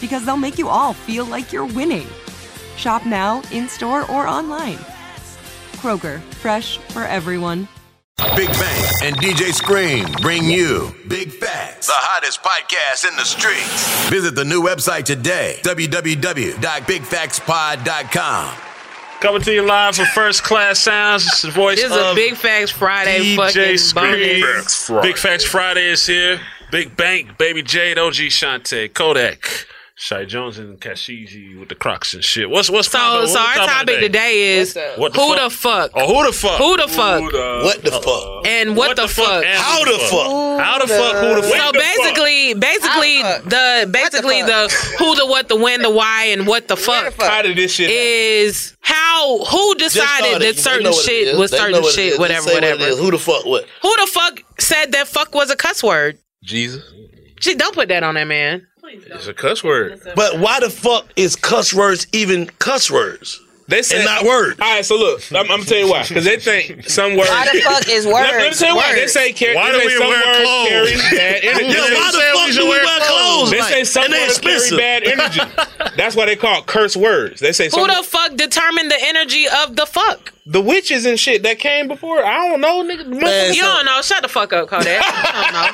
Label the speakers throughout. Speaker 1: because they'll make you all feel like you're winning. Shop now, in store, or online. Kroger, fresh for everyone.
Speaker 2: Big Bang and DJ Scream bring you Big Facts, the hottest podcast in the streets. Visit the new website today www.bigfactspod.com.
Speaker 3: Coming to you live from First Class Sounds. It's the voice
Speaker 4: This is
Speaker 3: of
Speaker 4: a Big Facts Friday fucking
Speaker 3: DJ Scream.
Speaker 4: bonus.
Speaker 3: Big Facts Friday is here. Big Bank, Baby Jade, OG Shante, Kodak, Shai Jones, and Kashizi with the Crocs and shit. What's what's
Speaker 4: So,
Speaker 3: topic-
Speaker 4: so
Speaker 3: what's
Speaker 4: our Oh, topic today is
Speaker 3: What the
Speaker 4: who
Speaker 3: fuck?
Speaker 4: the fuck
Speaker 3: Oh, who the fuck?
Speaker 4: Who the fuck?
Speaker 5: What the fuck?
Speaker 4: and what, the, fuck.
Speaker 3: and
Speaker 5: How
Speaker 3: who
Speaker 5: the fuck?
Speaker 3: How the fuck? Who the fuck?
Speaker 4: So
Speaker 3: When the fuck?
Speaker 4: basically, basically the basically the, who the what the when the why and what the fuck,
Speaker 3: how did this shit?
Speaker 4: is how who decided that
Speaker 5: Just started. They
Speaker 4: certain
Speaker 5: know what it
Speaker 4: shit
Speaker 5: is.
Speaker 4: was
Speaker 5: They know
Speaker 4: certain
Speaker 5: what it is.
Speaker 4: shit,
Speaker 5: Just
Speaker 4: whatever,
Speaker 5: say what it
Speaker 4: whatever.
Speaker 5: is. Who the fuck? What?
Speaker 4: Who the fuck said that fuck was a cuss word?
Speaker 5: Jesus.
Speaker 4: Shit, don't put that on that man.
Speaker 3: It's a cuss word.
Speaker 5: But why the fuck is cuss words even cuss words?
Speaker 6: They said
Speaker 5: And not words.
Speaker 6: All right, so look, I'm, I'm gonna tell you why. Because they think some words.
Speaker 7: Why the fuck is
Speaker 6: Let, let me
Speaker 7: words?
Speaker 6: tell you why. They
Speaker 7: words?
Speaker 6: say carry.
Speaker 3: Why
Speaker 6: they
Speaker 3: do
Speaker 6: say
Speaker 3: we
Speaker 6: some
Speaker 3: wear
Speaker 6: words
Speaker 3: clothes?
Speaker 6: carry bad energy.
Speaker 5: Yeah,
Speaker 3: they
Speaker 5: why the
Speaker 3: said we
Speaker 5: fuck
Speaker 3: should
Speaker 5: do we
Speaker 3: wear
Speaker 5: wear
Speaker 3: clothes,
Speaker 5: clothes?
Speaker 6: They
Speaker 5: like,
Speaker 6: say some
Speaker 5: and they
Speaker 6: words carry
Speaker 5: expensive.
Speaker 6: bad energy. That's why they call it curse words. They say
Speaker 4: Who
Speaker 6: some,
Speaker 4: the fuck determined the energy of the fuck?
Speaker 6: the witches and shit that came before. I don't know, nigga.
Speaker 5: Man,
Speaker 4: You
Speaker 5: so-
Speaker 4: don't know. Shut the fuck up, Kodak. I don't know.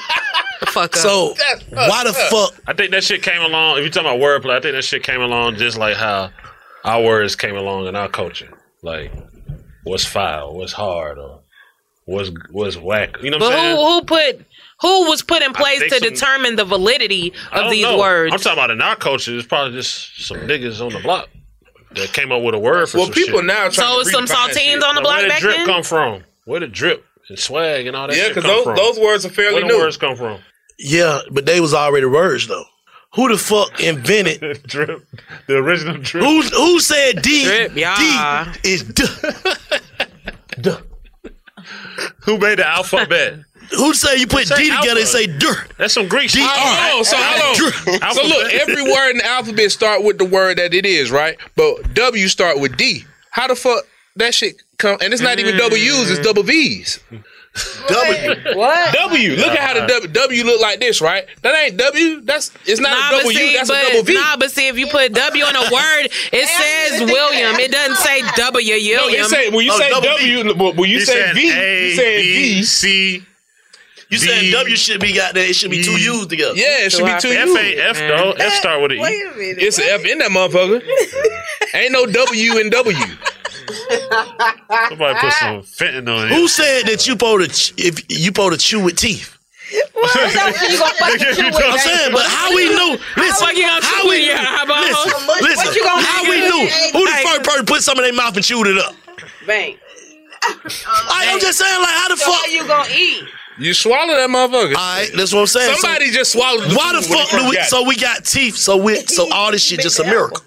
Speaker 4: The fuck up.
Speaker 5: So why the fuck?
Speaker 3: I think that shit came along. If you're talking about wordplay, I think that shit came along just like how our words came along in our culture. Like, what's foul? What's hard? Or what's what's whack? You know what
Speaker 4: but
Speaker 3: I'm
Speaker 4: who
Speaker 3: saying?
Speaker 4: who put who was put in place
Speaker 3: think
Speaker 4: to
Speaker 3: some-
Speaker 4: determine the validity
Speaker 3: I
Speaker 4: of
Speaker 3: don't
Speaker 4: these
Speaker 3: know.
Speaker 4: words?
Speaker 3: I'm talking about in our culture. It's probably just some niggas on the block that came up with a word for
Speaker 6: Well,
Speaker 3: some
Speaker 6: people
Speaker 3: shit.
Speaker 6: now are trying
Speaker 4: so
Speaker 6: to
Speaker 4: it's some
Speaker 6: redefine shit.
Speaker 4: saltines on
Speaker 3: Like,
Speaker 4: the block
Speaker 3: Where did
Speaker 4: back
Speaker 3: drip
Speaker 4: then.
Speaker 3: come from? Where did drip and swag and all that
Speaker 6: Yeah,
Speaker 3: shit
Speaker 6: because
Speaker 3: come
Speaker 6: those
Speaker 3: from?
Speaker 6: those words are fairly
Speaker 3: Where the
Speaker 6: new.
Speaker 3: words come from?
Speaker 5: Yeah, but they was already words though. Who the fuck invented?
Speaker 3: drip. The original drip.
Speaker 5: Who who said D?
Speaker 4: Drip, yeah.
Speaker 5: D is D.
Speaker 3: Who made the alphabet?
Speaker 5: Who say you put
Speaker 3: Say
Speaker 5: D together
Speaker 3: alpha.
Speaker 5: and say dirt?
Speaker 3: That's some Greek shit.
Speaker 6: Oh, so hold on. so look, every word in the alphabet start with the word that it is, right? But W start with D. How the fuck that shit come? And it's not even
Speaker 5: Mm.
Speaker 6: W's, it's double V's.
Speaker 5: W.
Speaker 7: What?
Speaker 6: W. Look at how the W, w look like this, right? That ain't W. That's it's not
Speaker 4: Nah,
Speaker 6: a
Speaker 4: but
Speaker 6: double U.
Speaker 4: see,
Speaker 6: That's a double
Speaker 4: but
Speaker 6: V.
Speaker 4: nah, but see, if you put W in a word, it says William. It doesn't say W.
Speaker 6: no, you
Speaker 4: William.
Speaker 6: say when you
Speaker 5: Oh,
Speaker 6: say
Speaker 5: double
Speaker 6: W, look, but when you say V, you say V.
Speaker 5: You said W should be got there. It should be two
Speaker 3: D.
Speaker 5: U's together.
Speaker 6: Yeah, it should be two
Speaker 3: F ain't
Speaker 6: U.
Speaker 3: F though. F start with an E.
Speaker 7: a minute.
Speaker 6: It's an F in that motherfucker. ain't no W in W.
Speaker 3: Somebody put some fentanyl in
Speaker 5: Who
Speaker 3: it.
Speaker 5: said that you supposed to ch- if you supposed to chew with teeth?
Speaker 7: you gonna fucking
Speaker 3: Nigga,
Speaker 7: chew
Speaker 3: you
Speaker 7: with
Speaker 3: know
Speaker 5: I'm
Speaker 7: that?
Speaker 5: saying, but how we knew? Listen,
Speaker 4: fuck you gonna chew
Speaker 5: how
Speaker 4: with
Speaker 5: we
Speaker 4: your eyeballs?
Speaker 5: listen,
Speaker 7: What
Speaker 5: listen,
Speaker 7: you gonna
Speaker 5: how
Speaker 7: do?
Speaker 5: we knew? Who the
Speaker 4: Hey.
Speaker 5: first person put some in their mouth and chewed it up?
Speaker 4: Bang.
Speaker 5: I, I'm just saying, like, how the
Speaker 7: What
Speaker 5: fuck?
Speaker 7: you gonna eat?
Speaker 6: You swallow that motherfucker.
Speaker 5: All right, that's what I'm saying. So,
Speaker 6: Somebody just swallowed.
Speaker 5: why the
Speaker 6: food when
Speaker 5: fuck
Speaker 6: they
Speaker 5: do we?
Speaker 6: got it.
Speaker 5: So we got teeth. So we so all this shit just a miracle.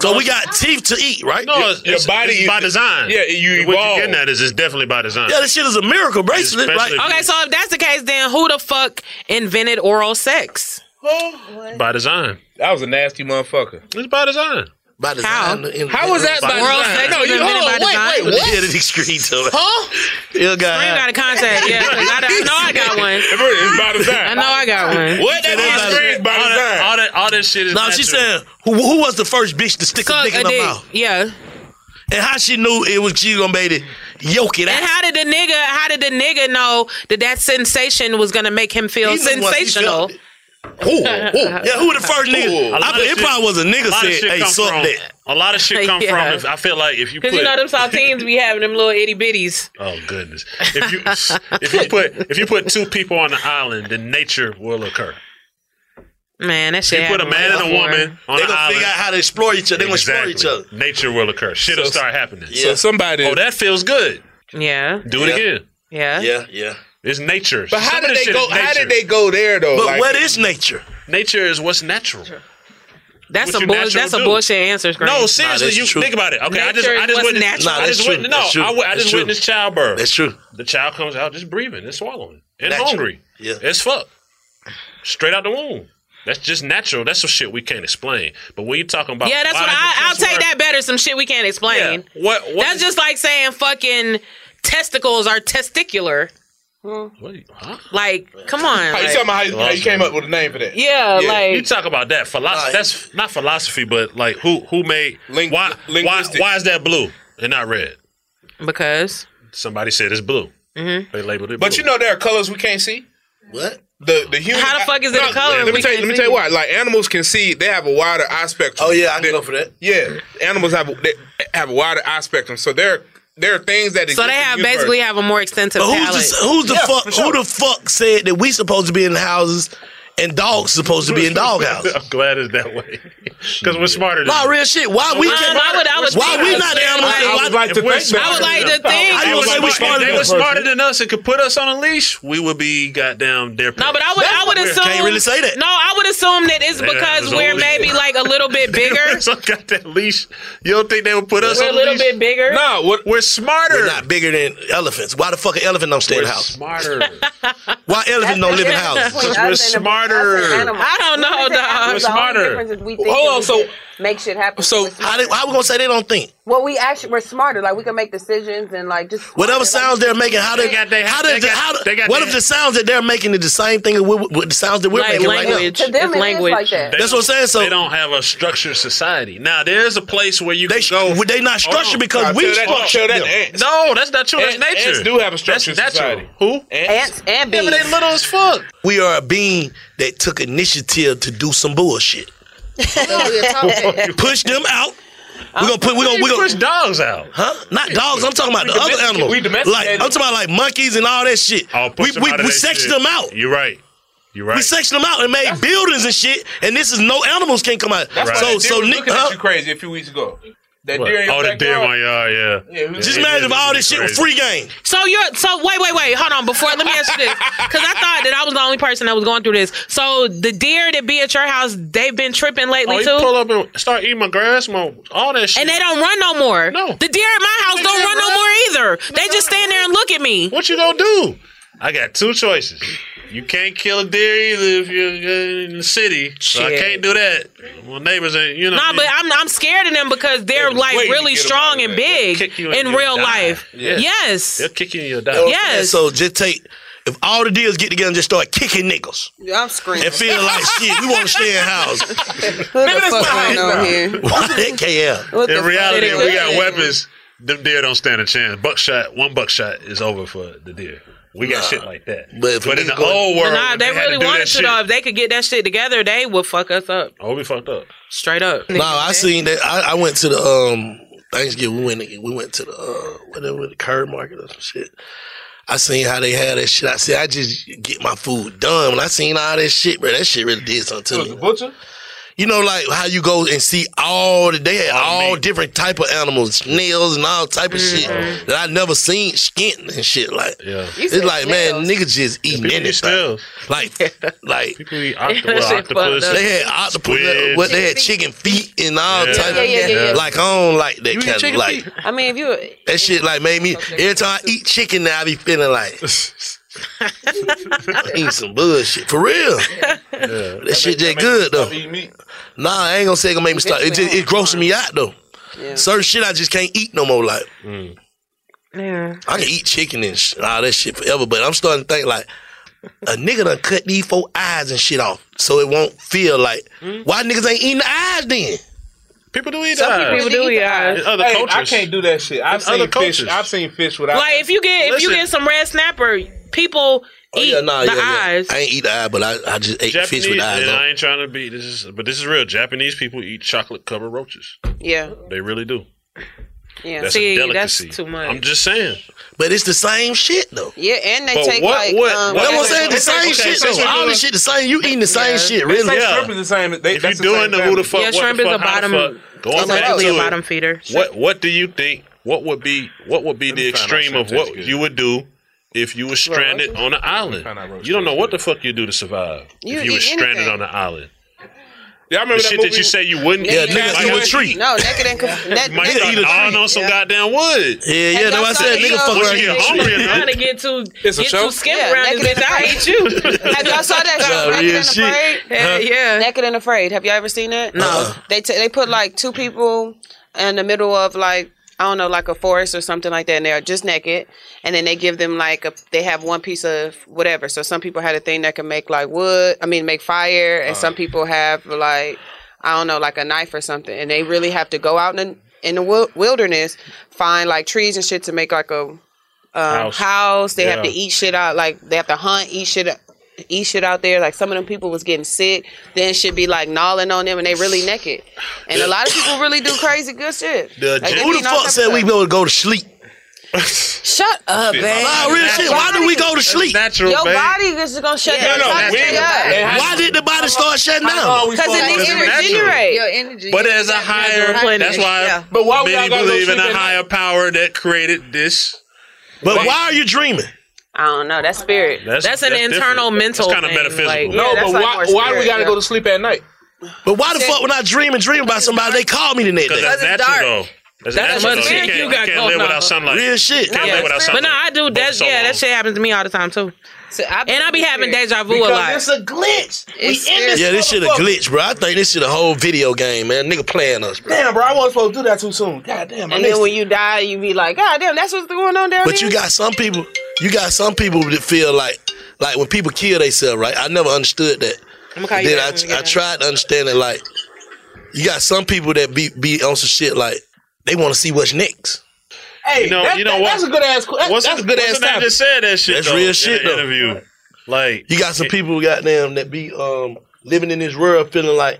Speaker 5: So we got teeth to eat, right?
Speaker 3: No, it's,
Speaker 6: Your
Speaker 3: it's,
Speaker 6: body
Speaker 3: it's
Speaker 6: is-
Speaker 3: by design.
Speaker 6: Yeah, you
Speaker 3: What
Speaker 6: evolve.
Speaker 3: you getting at is it's definitely by design.
Speaker 5: Yeah, this shit is a miracle bracelet. Like,
Speaker 3: Especially-
Speaker 4: Okay, so if that's the case, then who the fuck invented oral sex?
Speaker 3: By design.
Speaker 6: That was a nasty motherfucker.
Speaker 3: It's by design.
Speaker 5: by design. In-
Speaker 6: How was that by
Speaker 4: World
Speaker 6: design?
Speaker 4: sex
Speaker 6: No,
Speaker 4: was
Speaker 6: you
Speaker 4: invented
Speaker 6: hold on.
Speaker 4: by
Speaker 6: Wait,
Speaker 4: design?
Speaker 6: wait, what?
Speaker 5: Yeah, the screen to it.
Speaker 6: Huh?
Speaker 5: You got
Speaker 4: Scream out of contact. Yeah, 'cause I, I know I got one.
Speaker 3: It's by
Speaker 4: I
Speaker 3: design.
Speaker 4: know I got one.
Speaker 5: What that
Speaker 3: All
Speaker 5: is?
Speaker 3: that- all that, all that shit is.
Speaker 5: No, she
Speaker 3: natural.
Speaker 5: said who, who was the first bitch to stick
Speaker 4: Suck
Speaker 5: a dick in
Speaker 4: a
Speaker 5: her
Speaker 4: dick.
Speaker 5: mouth,
Speaker 4: Yeah.
Speaker 5: and how she knew it was she gonna make it yoke it
Speaker 4: And
Speaker 5: out.
Speaker 4: how did the nigga? How did the nigga know that that sensation was gonna make him feel
Speaker 5: He knew once he
Speaker 4: sensational?
Speaker 5: felt it. Who? Who? Yeah, who the first nigga?
Speaker 3: A lot
Speaker 5: I,
Speaker 3: of
Speaker 5: it
Speaker 3: shit-
Speaker 5: probably was a nigga
Speaker 3: A lot of
Speaker 5: said,
Speaker 3: shit
Speaker 5: "Hey,
Speaker 3: come
Speaker 5: suck
Speaker 3: from.
Speaker 5: that."
Speaker 3: A lot of shit come
Speaker 4: Yeah.
Speaker 3: from. If, I feel like if you put.
Speaker 4: Because you know them saltines be having them little itty bitties.
Speaker 3: oh goodness! If you if you put if you put two people on the island, then nature will occur.
Speaker 4: Man, that shit.
Speaker 3: You put a
Speaker 4: happened
Speaker 3: man
Speaker 4: way
Speaker 3: and a
Speaker 4: before.
Speaker 3: woman on
Speaker 5: They
Speaker 3: the
Speaker 5: gonna
Speaker 3: island.
Speaker 5: figure out how to explore each other. They gonna explore each other.
Speaker 3: Nature will occur. Shit'll
Speaker 6: So-
Speaker 3: start happening.
Speaker 6: So somebody.
Speaker 3: Oh, that feels good.
Speaker 4: Yeah,
Speaker 3: Do it
Speaker 5: Yeah.
Speaker 3: again.
Speaker 4: yeah.
Speaker 5: Yeah, yeah.
Speaker 3: It's nature.
Speaker 6: but how
Speaker 3: Some of
Speaker 6: did
Speaker 3: this
Speaker 6: they
Speaker 3: shit
Speaker 6: go?
Speaker 3: is
Speaker 6: How did
Speaker 3: nature.
Speaker 6: they go there though?
Speaker 5: But
Speaker 6: Like,
Speaker 5: what is nature?
Speaker 3: Nature is what's natural.
Speaker 4: That's
Speaker 3: What
Speaker 4: a
Speaker 3: you
Speaker 4: bull-
Speaker 3: natural
Speaker 4: that's a
Speaker 3: do.
Speaker 4: bullshit answer. Screen.
Speaker 3: No, seriously,
Speaker 5: that's
Speaker 3: you
Speaker 5: true.
Speaker 3: think about it. Okay, I just
Speaker 4: Nature is
Speaker 3: I just
Speaker 4: what's
Speaker 3: witnessed.
Speaker 4: natural.
Speaker 5: Nah,
Speaker 3: I just
Speaker 5: that's true.
Speaker 3: witnessed, no,
Speaker 5: That's true.
Speaker 3: I, wi- I
Speaker 5: That's
Speaker 3: just
Speaker 5: true.
Speaker 3: witnessed childbirth.
Speaker 5: That's true.
Speaker 3: The child comes out just breathing and swallowing and
Speaker 5: Natural.
Speaker 3: hungry.
Speaker 5: Yeah.
Speaker 3: As fuck. Straight out the womb. That's just natural. That's some shit we can't explain. But when you're talking about
Speaker 4: yeah, that's
Speaker 3: why
Speaker 4: what
Speaker 3: the
Speaker 4: I, I'll
Speaker 3: kids
Speaker 4: take
Speaker 3: were-
Speaker 4: that better. Some shit we can't explain.
Speaker 3: Yeah. What, what
Speaker 4: That's just like saying fucking testicles are testicular.
Speaker 3: Wait, huh?
Speaker 4: Like, come on.
Speaker 6: How you
Speaker 4: like-
Speaker 6: talking about how you, how you came up with a name for that?
Speaker 4: yeah,
Speaker 6: Yeah,
Speaker 4: like
Speaker 3: You talk about that philosophy.
Speaker 5: Nah,
Speaker 3: That's not philosophy, but like who who made
Speaker 6: Ling-
Speaker 3: why, why
Speaker 6: linguistics.
Speaker 3: why is that blue and not red?
Speaker 4: because
Speaker 3: Somebody said it's blue. Mm-hmm. They labeled it.
Speaker 6: But
Speaker 3: blue.
Speaker 6: you know there are colors we can't see.
Speaker 5: What?
Speaker 6: The the human.
Speaker 4: How the fuck is it a color
Speaker 6: Let me
Speaker 4: we
Speaker 6: tell you.
Speaker 4: can't
Speaker 6: Let me
Speaker 4: see?
Speaker 6: tell you why. Like animals can see. They have a wider eye spectrum.
Speaker 5: Oh yeah, I
Speaker 6: They-
Speaker 5: can go for that.
Speaker 6: Yeah, animals have they have a wider eye spectrum. So there there are things that
Speaker 4: so they have basically have a more extensive
Speaker 5: But who's
Speaker 4: palate.
Speaker 5: the, who's the
Speaker 6: Yeah,
Speaker 5: fuck
Speaker 6: for sure.
Speaker 5: who the fuck said that we supposed to be in houses and dogs supposed to be in dog houses?
Speaker 3: I'm glad it's that way because we're smarter. Than
Speaker 5: Nah, real shit. Why we
Speaker 4: Uh,
Speaker 5: can't?
Speaker 4: I would- I would
Speaker 5: why
Speaker 4: think-
Speaker 5: we not the animals?
Speaker 4: I would
Speaker 5: Why-
Speaker 6: like to
Speaker 3: If we're
Speaker 6: think that.
Speaker 4: I would
Speaker 3: smarter
Speaker 4: like
Speaker 3: than
Speaker 4: to
Speaker 3: them.
Speaker 4: think.
Speaker 5: I
Speaker 3: If
Speaker 5: would
Speaker 3: they
Speaker 5: say
Speaker 3: were
Speaker 5: we
Speaker 3: smart-
Speaker 5: smarter than
Speaker 3: If they were
Speaker 5: that person.
Speaker 3: smarter than us and could put us on a leash, we would be goddamn their.
Speaker 4: No, but I would. I would assume.
Speaker 5: Can't really say that.
Speaker 4: No, I would assume that it's
Speaker 3: Yeah,
Speaker 4: because
Speaker 3: it's
Speaker 4: we're
Speaker 3: always-
Speaker 4: maybe like a little bit bigger.
Speaker 3: so got that leash. You don't think they would put us
Speaker 4: we're a
Speaker 3: on
Speaker 4: little
Speaker 3: leash?
Speaker 4: bit bigger.
Speaker 6: No, what
Speaker 3: We're smarter.
Speaker 5: We're not bigger than elephants. Why the fuck an elephant don't stay in
Speaker 3: We're
Speaker 5: the house?
Speaker 3: smarter.
Speaker 5: Why elephant don't live in houses?
Speaker 3: We're smarter.
Speaker 4: I don't know, dog.
Speaker 3: We're smarter.
Speaker 6: Hold on, so-
Speaker 7: make shit happen.
Speaker 6: so
Speaker 7: We're
Speaker 5: How,
Speaker 7: smarter.
Speaker 5: they, how we gonna say they don't think?
Speaker 7: well, we actually we're smarter. Like we can make decisions and like just
Speaker 5: Whatever sounds they're making, how they,
Speaker 3: They got they-
Speaker 5: how
Speaker 3: they
Speaker 5: does the,
Speaker 3: got-
Speaker 5: how,
Speaker 3: they got
Speaker 5: what
Speaker 3: they-
Speaker 5: if the sounds that they're making is the same thing as we, with the sounds that we're
Speaker 4: Like
Speaker 5: making right
Speaker 4: language.
Speaker 5: now?
Speaker 7: to them
Speaker 4: It's
Speaker 7: it is
Speaker 4: language.
Speaker 7: like that.
Speaker 3: They
Speaker 5: That's what I'm saying, so-
Speaker 3: they don't have a structured society. Now there is a place where you
Speaker 5: They
Speaker 3: can
Speaker 5: sh-
Speaker 3: go.
Speaker 5: they not
Speaker 3: Hold on.
Speaker 5: structured because
Speaker 6: Nah,
Speaker 5: we
Speaker 6: tell that-
Speaker 5: structured
Speaker 6: tell that
Speaker 5: them.
Speaker 6: to ants.
Speaker 3: No, that's not true.
Speaker 6: Ants-
Speaker 3: that's nature.
Speaker 6: ants do have a structured
Speaker 3: that's natural.
Speaker 6: society.
Speaker 3: Who?
Speaker 7: Ants and
Speaker 3: Yeah, but they
Speaker 7: bees.
Speaker 3: little as fuck.
Speaker 5: We are a being that took initiative to do some bullshit.
Speaker 6: Oh,
Speaker 5: Push them out. We're gonna put. We're gonna. We're
Speaker 3: We push
Speaker 5: gonna.
Speaker 3: dogs out.
Speaker 5: Huh? Not dogs. I'm talking about the other
Speaker 6: domestic-
Speaker 5: animals.
Speaker 6: we domesticated
Speaker 5: Like I'm talking about like monkeys and all that shit.
Speaker 3: Oh, push
Speaker 5: we
Speaker 3: them
Speaker 5: we,
Speaker 3: out of
Speaker 5: we
Speaker 3: that
Speaker 5: sectioned
Speaker 3: shit.
Speaker 5: them out.
Speaker 3: You're right. You're right.
Speaker 5: We sectioned them out and made buildings and shit. And this is no animals can come out.
Speaker 6: That's
Speaker 3: Right.
Speaker 6: why
Speaker 5: So
Speaker 6: that deer
Speaker 5: so
Speaker 6: was
Speaker 5: Nick,
Speaker 6: looking
Speaker 5: huh?
Speaker 6: at you crazy a few weeks ago. That
Speaker 3: What?
Speaker 6: deer in your
Speaker 3: oh, the deer in my
Speaker 6: backyard.
Speaker 3: yard. Yeah.
Speaker 6: Yeah, who-
Speaker 5: just
Speaker 3: Yeah,
Speaker 5: imagine if
Speaker 3: yeah,
Speaker 5: all
Speaker 3: yeah,
Speaker 5: this shit was
Speaker 3: crazy.
Speaker 5: free game.
Speaker 4: So you're so wait wait wait hold on before let me ask you this because I thought that I was the only person that was going through this. So the deer that be at your house, they've been tripping
Speaker 3: Oh,
Speaker 4: lately
Speaker 3: you pull
Speaker 4: too,
Speaker 3: up and start eating my grass, my all that shit.
Speaker 4: and they don't run no more.
Speaker 3: No.
Speaker 4: the deer at my house
Speaker 3: They
Speaker 4: don't
Speaker 3: can't
Speaker 4: run no
Speaker 3: run.
Speaker 4: more either. They just stand there and look at me.
Speaker 3: what you gonna do? I got two choices. You can't kill a deer either if you're in the city. So I
Speaker 4: Shit.
Speaker 3: can't do that. My neighbors ain't. You know.
Speaker 4: Nah,
Speaker 3: what I
Speaker 4: but
Speaker 3: mean?
Speaker 4: I'm I'm scared of them because they're like
Speaker 6: waiting to
Speaker 4: really
Speaker 6: get 'em out
Speaker 4: strong
Speaker 6: of
Speaker 4: and
Speaker 6: there.
Speaker 4: big
Speaker 3: Kick you and
Speaker 4: in
Speaker 3: you'll
Speaker 4: real
Speaker 3: die.
Speaker 4: life.
Speaker 3: Yeah.
Speaker 4: Yes.
Speaker 3: They'll kick you in your diet.
Speaker 4: Yes.
Speaker 5: So just take. If all the deals get together and just start kicking niggas
Speaker 7: I'm screaming.
Speaker 5: and feel like shit, we want to stay in houses.
Speaker 7: Who the fuck going on here?
Speaker 5: Why that KL?
Speaker 7: What the
Speaker 3: In
Speaker 7: fuck
Speaker 3: reality,
Speaker 7: is
Speaker 3: we got
Speaker 7: this?
Speaker 3: weapons. Them deer don't stand a chance. Buckshot, one buckshot is over for the deer. We got shit like that.
Speaker 5: But if
Speaker 3: But
Speaker 5: a
Speaker 3: in
Speaker 5: nigga
Speaker 3: the
Speaker 5: go-
Speaker 3: old world,
Speaker 4: nah,
Speaker 3: when
Speaker 4: they,
Speaker 3: had
Speaker 4: really
Speaker 3: do that
Speaker 4: wanted to
Speaker 3: shit,
Speaker 4: though. If they could get that shit together, they would fuck us up
Speaker 3: Oh, we fucked up.
Speaker 4: straight up.
Speaker 5: No, I seen that. I, I went to the um Thanksgiving. We went. We went to the uh, whatever the curb market or some shit. I seen how they had that shit. I said, I just get my food done. When I seen all that shit, bro, that shit really did something
Speaker 6: Was
Speaker 5: to
Speaker 6: the
Speaker 5: me.
Speaker 6: butcher?
Speaker 5: You know, like how you go and see all the, they had
Speaker 3: All the
Speaker 5: all
Speaker 3: meat.
Speaker 5: different type of animals, snails and all type of
Speaker 4: Mm-hmm.
Speaker 5: shit that I never seen, skint and shit. Like,
Speaker 3: Yeah.
Speaker 7: You
Speaker 5: it's
Speaker 7: said
Speaker 5: like, man,
Speaker 7: snails.
Speaker 5: niggas just eating
Speaker 3: People eat
Speaker 5: anything.
Speaker 3: snails.
Speaker 5: Like, like
Speaker 3: People eat octo-
Speaker 4: That
Speaker 3: well,
Speaker 4: shit
Speaker 3: octopus.
Speaker 4: fucked up.
Speaker 5: They had octopus.
Speaker 3: Squid.
Speaker 5: What they had chicken feet and all
Speaker 3: Yeah.
Speaker 5: type
Speaker 7: Yeah,
Speaker 5: of
Speaker 7: yeah, yeah, yeah.
Speaker 5: like I don't like that
Speaker 3: eat
Speaker 5: kind of
Speaker 3: chicken
Speaker 5: like
Speaker 3: feet?
Speaker 7: I mean, if you
Speaker 5: that shit like made me every time I eat chicken now I be feeling like Eat some bullshit for real. That shit just good though. Nah, I ain't gonna say it gonna make me stop. It just it grosses me out though. Certain shit I just can't eat no more. Like
Speaker 3: Mm.
Speaker 4: Yeah.
Speaker 5: I can eat chicken and sh- all that shit forever, but I'm starting to think like a nigga done cut these four eyes and shit off, so it won't feel like
Speaker 6: Hmm?
Speaker 5: why niggas ain't eating the eyes then.
Speaker 3: People do eat
Speaker 5: Some
Speaker 3: eyes.
Speaker 5: people do eat eyes.
Speaker 3: In other
Speaker 5: Hey, I
Speaker 3: cultures.
Speaker 5: can't
Speaker 6: do that shit. I've
Speaker 3: In
Speaker 6: seen
Speaker 3: other
Speaker 6: fish.
Speaker 3: cultures.
Speaker 6: I've seen fish without.
Speaker 4: Like if you get if you
Speaker 6: Listen.
Speaker 4: get some red snapper, people
Speaker 5: Oh,
Speaker 4: eat the eyes.
Speaker 5: I ain't eat the eye, but I, I just ate the
Speaker 3: Japanese,
Speaker 5: fish with the eyes
Speaker 3: and
Speaker 5: on.
Speaker 3: I ain't trying to be this is, but this is real. Japanese people eat chocolate covered roaches.
Speaker 4: Yeah.
Speaker 3: They really do.
Speaker 7: Yeah.
Speaker 3: That's a delicacy. I'm just saying.
Speaker 5: But it's the same shit though.
Speaker 7: Yeah, and they
Speaker 3: But
Speaker 7: take
Speaker 3: what-
Speaker 7: like
Speaker 3: what-
Speaker 7: um,
Speaker 5: That's what I'm
Speaker 3: Okay,
Speaker 5: saying. The
Speaker 3: okay,
Speaker 5: same
Speaker 3: okay,
Speaker 5: shit
Speaker 3: since
Speaker 5: though.
Speaker 3: we're
Speaker 5: All
Speaker 3: doing-
Speaker 5: this shit the same. You eating the same shit, really?
Speaker 6: They say shrimp is the same. They,
Speaker 3: if you're doing the who the fuck,
Speaker 4: Yeah,
Speaker 3: what
Speaker 4: shrimp
Speaker 3: the
Speaker 4: is
Speaker 3: fuck,
Speaker 4: a bottom.
Speaker 3: how the fuck, going
Speaker 4: it's
Speaker 3: back
Speaker 4: definitely
Speaker 3: to
Speaker 4: a
Speaker 3: it,
Speaker 4: bottom feeder.
Speaker 3: What What do you think? What would be What would be the
Speaker 6: me find out
Speaker 3: extreme
Speaker 6: shrimp
Speaker 3: of what
Speaker 6: tastes good.
Speaker 3: you would do if you were stranded on an
Speaker 6: find out
Speaker 3: island?
Speaker 6: roach
Speaker 3: You don't know
Speaker 6: tastes
Speaker 3: what the fuck you do to survive
Speaker 7: You
Speaker 3: if you were
Speaker 7: eat
Speaker 3: stranded
Speaker 7: anything.
Speaker 3: on an island.
Speaker 6: Yeah, I
Speaker 3: The
Speaker 6: remember that
Speaker 3: shit
Speaker 6: movie.
Speaker 3: that you say you wouldn't
Speaker 5: Yeah,
Speaker 3: eat,
Speaker 5: niggas
Speaker 3: like,
Speaker 5: do
Speaker 3: I
Speaker 5: a
Speaker 3: said,
Speaker 5: treat.
Speaker 7: No, naked and that,
Speaker 3: You might
Speaker 5: Nigga
Speaker 3: eat
Speaker 5: eat a
Speaker 3: a on
Speaker 5: tree.
Speaker 3: some goddamn wood.
Speaker 5: Yeah, yeah.
Speaker 7: Y'all
Speaker 5: That's why I
Speaker 7: saw
Speaker 5: said
Speaker 7: the
Speaker 5: nigga
Speaker 7: video-
Speaker 5: fuck
Speaker 7: Once
Speaker 5: around.
Speaker 3: you
Speaker 5: and
Speaker 3: get
Speaker 5: eat
Speaker 3: hungry
Speaker 5: shit.
Speaker 4: I'm trying
Speaker 3: enough,
Speaker 4: to get too
Speaker 6: It's a
Speaker 4: get
Speaker 6: show?
Speaker 4: too skimp
Speaker 7: Yeah,
Speaker 4: around this
Speaker 7: naked
Speaker 4: bitch.
Speaker 7: and
Speaker 4: I
Speaker 7: afraid.
Speaker 4: hate you.
Speaker 7: Have y'all saw that show,
Speaker 5: Nah,
Speaker 7: Naked
Speaker 5: real
Speaker 7: and
Speaker 5: shit.
Speaker 7: Afraid?
Speaker 4: Hell yeah.
Speaker 7: Naked and Afraid. Have y'all ever seen that? No. They t- they put like two people in the middle of like I don't know like a forest or something like that, and they're just naked, and then they give them like a they have one piece of whatever. So some people had a thing that can make like wood. I mean, make fire, and
Speaker 4: Uh.
Speaker 7: some people have like I don't know like a knife or something, and they really have to go out in the, in the wil- wilderness, find like trees and shit to make like a um,
Speaker 3: House.
Speaker 7: house. They have to
Speaker 3: Yeah.
Speaker 7: eat shit out. Like they have to hunt, eat shit, eat shit out there. Like some of them people was getting sick. Then should be like gnawing on them, and they really naked. And a lot of people really do crazy good shit.
Speaker 3: The
Speaker 7: Like, they
Speaker 5: Who
Speaker 7: be
Speaker 5: the
Speaker 7: all
Speaker 5: fuck
Speaker 7: type
Speaker 5: said
Speaker 7: of
Speaker 5: we be
Speaker 7: stuff.
Speaker 5: able to go to sleep?
Speaker 7: Shut up, man.
Speaker 5: Nah, real shit. Why do we go to sleep?
Speaker 3: Natural,
Speaker 7: Your
Speaker 3: babe.
Speaker 7: body is gonna shut
Speaker 3: No,
Speaker 7: down.
Speaker 3: no,
Speaker 7: Shut
Speaker 3: we-
Speaker 7: up.
Speaker 5: Why did the body start shutting down?
Speaker 7: Because it needs to
Speaker 3: It's natural.
Speaker 7: regenerate.
Speaker 8: Your energy.
Speaker 3: But there's a higher.
Speaker 4: planet.
Speaker 3: That's why
Speaker 8: Yeah.
Speaker 6: But why we all
Speaker 3: many
Speaker 6: gotta go
Speaker 3: believe in
Speaker 6: sleep
Speaker 3: a
Speaker 6: at
Speaker 3: higher power that created this.
Speaker 5: But why are you dreaming?
Speaker 7: I don't know. That's spirit.
Speaker 4: That's an internal mental
Speaker 3: That's kind of
Speaker 4: thing,
Speaker 3: metaphysical.
Speaker 4: like-
Speaker 6: No,
Speaker 7: Yeah,
Speaker 6: but
Speaker 7: that's like
Speaker 6: why?
Speaker 7: more
Speaker 6: why do we
Speaker 7: spirit,
Speaker 6: gotta
Speaker 7: yeah.
Speaker 6: go to sleep at night?
Speaker 5: But why the fuck when I dream and dream about somebody, they call me the next
Speaker 3: Because
Speaker 5: day?
Speaker 3: that's
Speaker 8: Because it's
Speaker 3: natural,
Speaker 8: dark.
Speaker 3: though. That's,
Speaker 4: That's
Speaker 3: natural.
Speaker 4: what
Speaker 3: though.
Speaker 4: you
Speaker 3: You can't, you
Speaker 4: got
Speaker 3: can't
Speaker 4: going
Speaker 3: live
Speaker 4: on.
Speaker 3: without sunlight.
Speaker 5: Real shit.
Speaker 3: Can't live without
Speaker 4: But
Speaker 3: sunlight.
Speaker 4: no, I do. That's
Speaker 3: so
Speaker 4: yeah.
Speaker 3: long.
Speaker 4: That shit happens to me all the time too.
Speaker 7: So I
Speaker 4: And I be
Speaker 7: believe
Speaker 4: having
Speaker 7: in spirit.
Speaker 4: deja vu a lot.
Speaker 5: a glitch.
Speaker 7: It's spirit.
Speaker 5: Yeah, this shit a glitch, bro. I think this shit a whole video game, man. Nigga playing us, bro.
Speaker 6: Damn, bro, I wasn't supposed to do that too soon. God damn,
Speaker 7: And then when you die, you be like, God damn, that's what's going on down
Speaker 5: But
Speaker 7: here.
Speaker 5: you got some people, you got some people that feel like, like when people kill themselves, right? I never understood that.
Speaker 4: I'm gonna call you.
Speaker 5: then
Speaker 4: back when we
Speaker 5: I,
Speaker 4: Oh, get
Speaker 5: I
Speaker 4: done.
Speaker 5: tried to understand it. Like, you got some people that be be on some shit like they want to see what's next.
Speaker 6: hey,
Speaker 3: you know-
Speaker 6: that-
Speaker 3: you know
Speaker 6: that-
Speaker 3: what?
Speaker 6: That's a good ass. That,
Speaker 3: What's
Speaker 6: that's a good ass
Speaker 3: I
Speaker 6: time.
Speaker 3: just said that shit.
Speaker 5: That's
Speaker 3: though,
Speaker 5: real
Speaker 3: in
Speaker 5: shit,
Speaker 3: the
Speaker 5: though.
Speaker 3: Interview. Like
Speaker 5: You got some people, who goddamn, that be um living in this world feeling like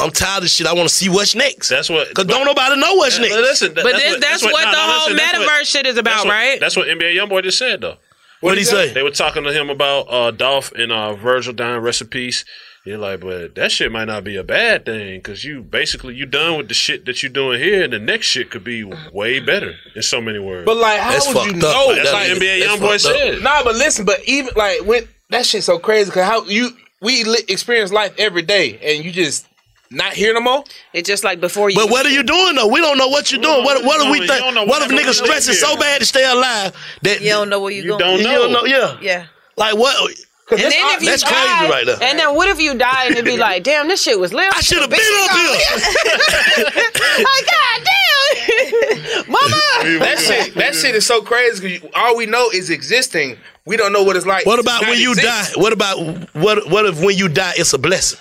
Speaker 5: I'm tired of shit. I want to see what's next.
Speaker 3: That's what-
Speaker 5: Cause don't nobody know what's next.
Speaker 3: listen, that-
Speaker 4: But this, that's, what,
Speaker 3: no,
Speaker 4: the
Speaker 3: no,
Speaker 4: whole
Speaker 3: listen, that's
Speaker 4: metaverse
Speaker 3: what-
Speaker 4: shit is about,
Speaker 3: that's what-
Speaker 4: right?
Speaker 3: That's what NBA YoungBoy just said though.
Speaker 5: What'd he say?
Speaker 3: They were talking to him about uh, Dolph and uh, Virgil dying recipes. You're like, but that shit might not be a bad thing because you basically you done with the shit that you doing here, and the next shit could be way better in so many words.
Speaker 6: But like, how
Speaker 5: That's
Speaker 6: would you
Speaker 5: fucked up.
Speaker 6: know?
Speaker 5: Like,
Speaker 3: that's
Speaker 5: that
Speaker 3: like
Speaker 5: is-
Speaker 3: NBA
Speaker 5: that's
Speaker 3: YoungBoy
Speaker 5: fucked up.
Speaker 3: said.
Speaker 6: Nah, but listen, but even like when that shit's so crazy because how you we li- experience life every day and you just not here no more.
Speaker 7: it's just like before you.
Speaker 5: But what are you doing though? We don't know what you're doing. What, what do we
Speaker 3: You
Speaker 5: think?
Speaker 3: don't know
Speaker 5: What if
Speaker 3: what happened
Speaker 5: niggas
Speaker 3: when you
Speaker 5: stressing
Speaker 3: leave here.
Speaker 5: so bad to stay alive that
Speaker 8: You don't know where you're
Speaker 3: you
Speaker 8: going.
Speaker 3: don't
Speaker 5: you
Speaker 3: know.
Speaker 5: don't know? Yeah.
Speaker 8: Yeah.
Speaker 5: Like what?
Speaker 7: and then if you
Speaker 5: That's
Speaker 7: die,
Speaker 5: crazy right there.
Speaker 7: And then what if you die and it be like, damn, this shit was lit.
Speaker 5: I should have been up here.
Speaker 7: Like, God damn, mama.
Speaker 6: That shit, that shit is so crazy. 'cause you- all we know is existing. We don't know what it's like.
Speaker 5: What
Speaker 6: to
Speaker 5: about
Speaker 6: not
Speaker 5: when you
Speaker 6: exist.
Speaker 5: die? What about what? What if when you die, it's a blessing,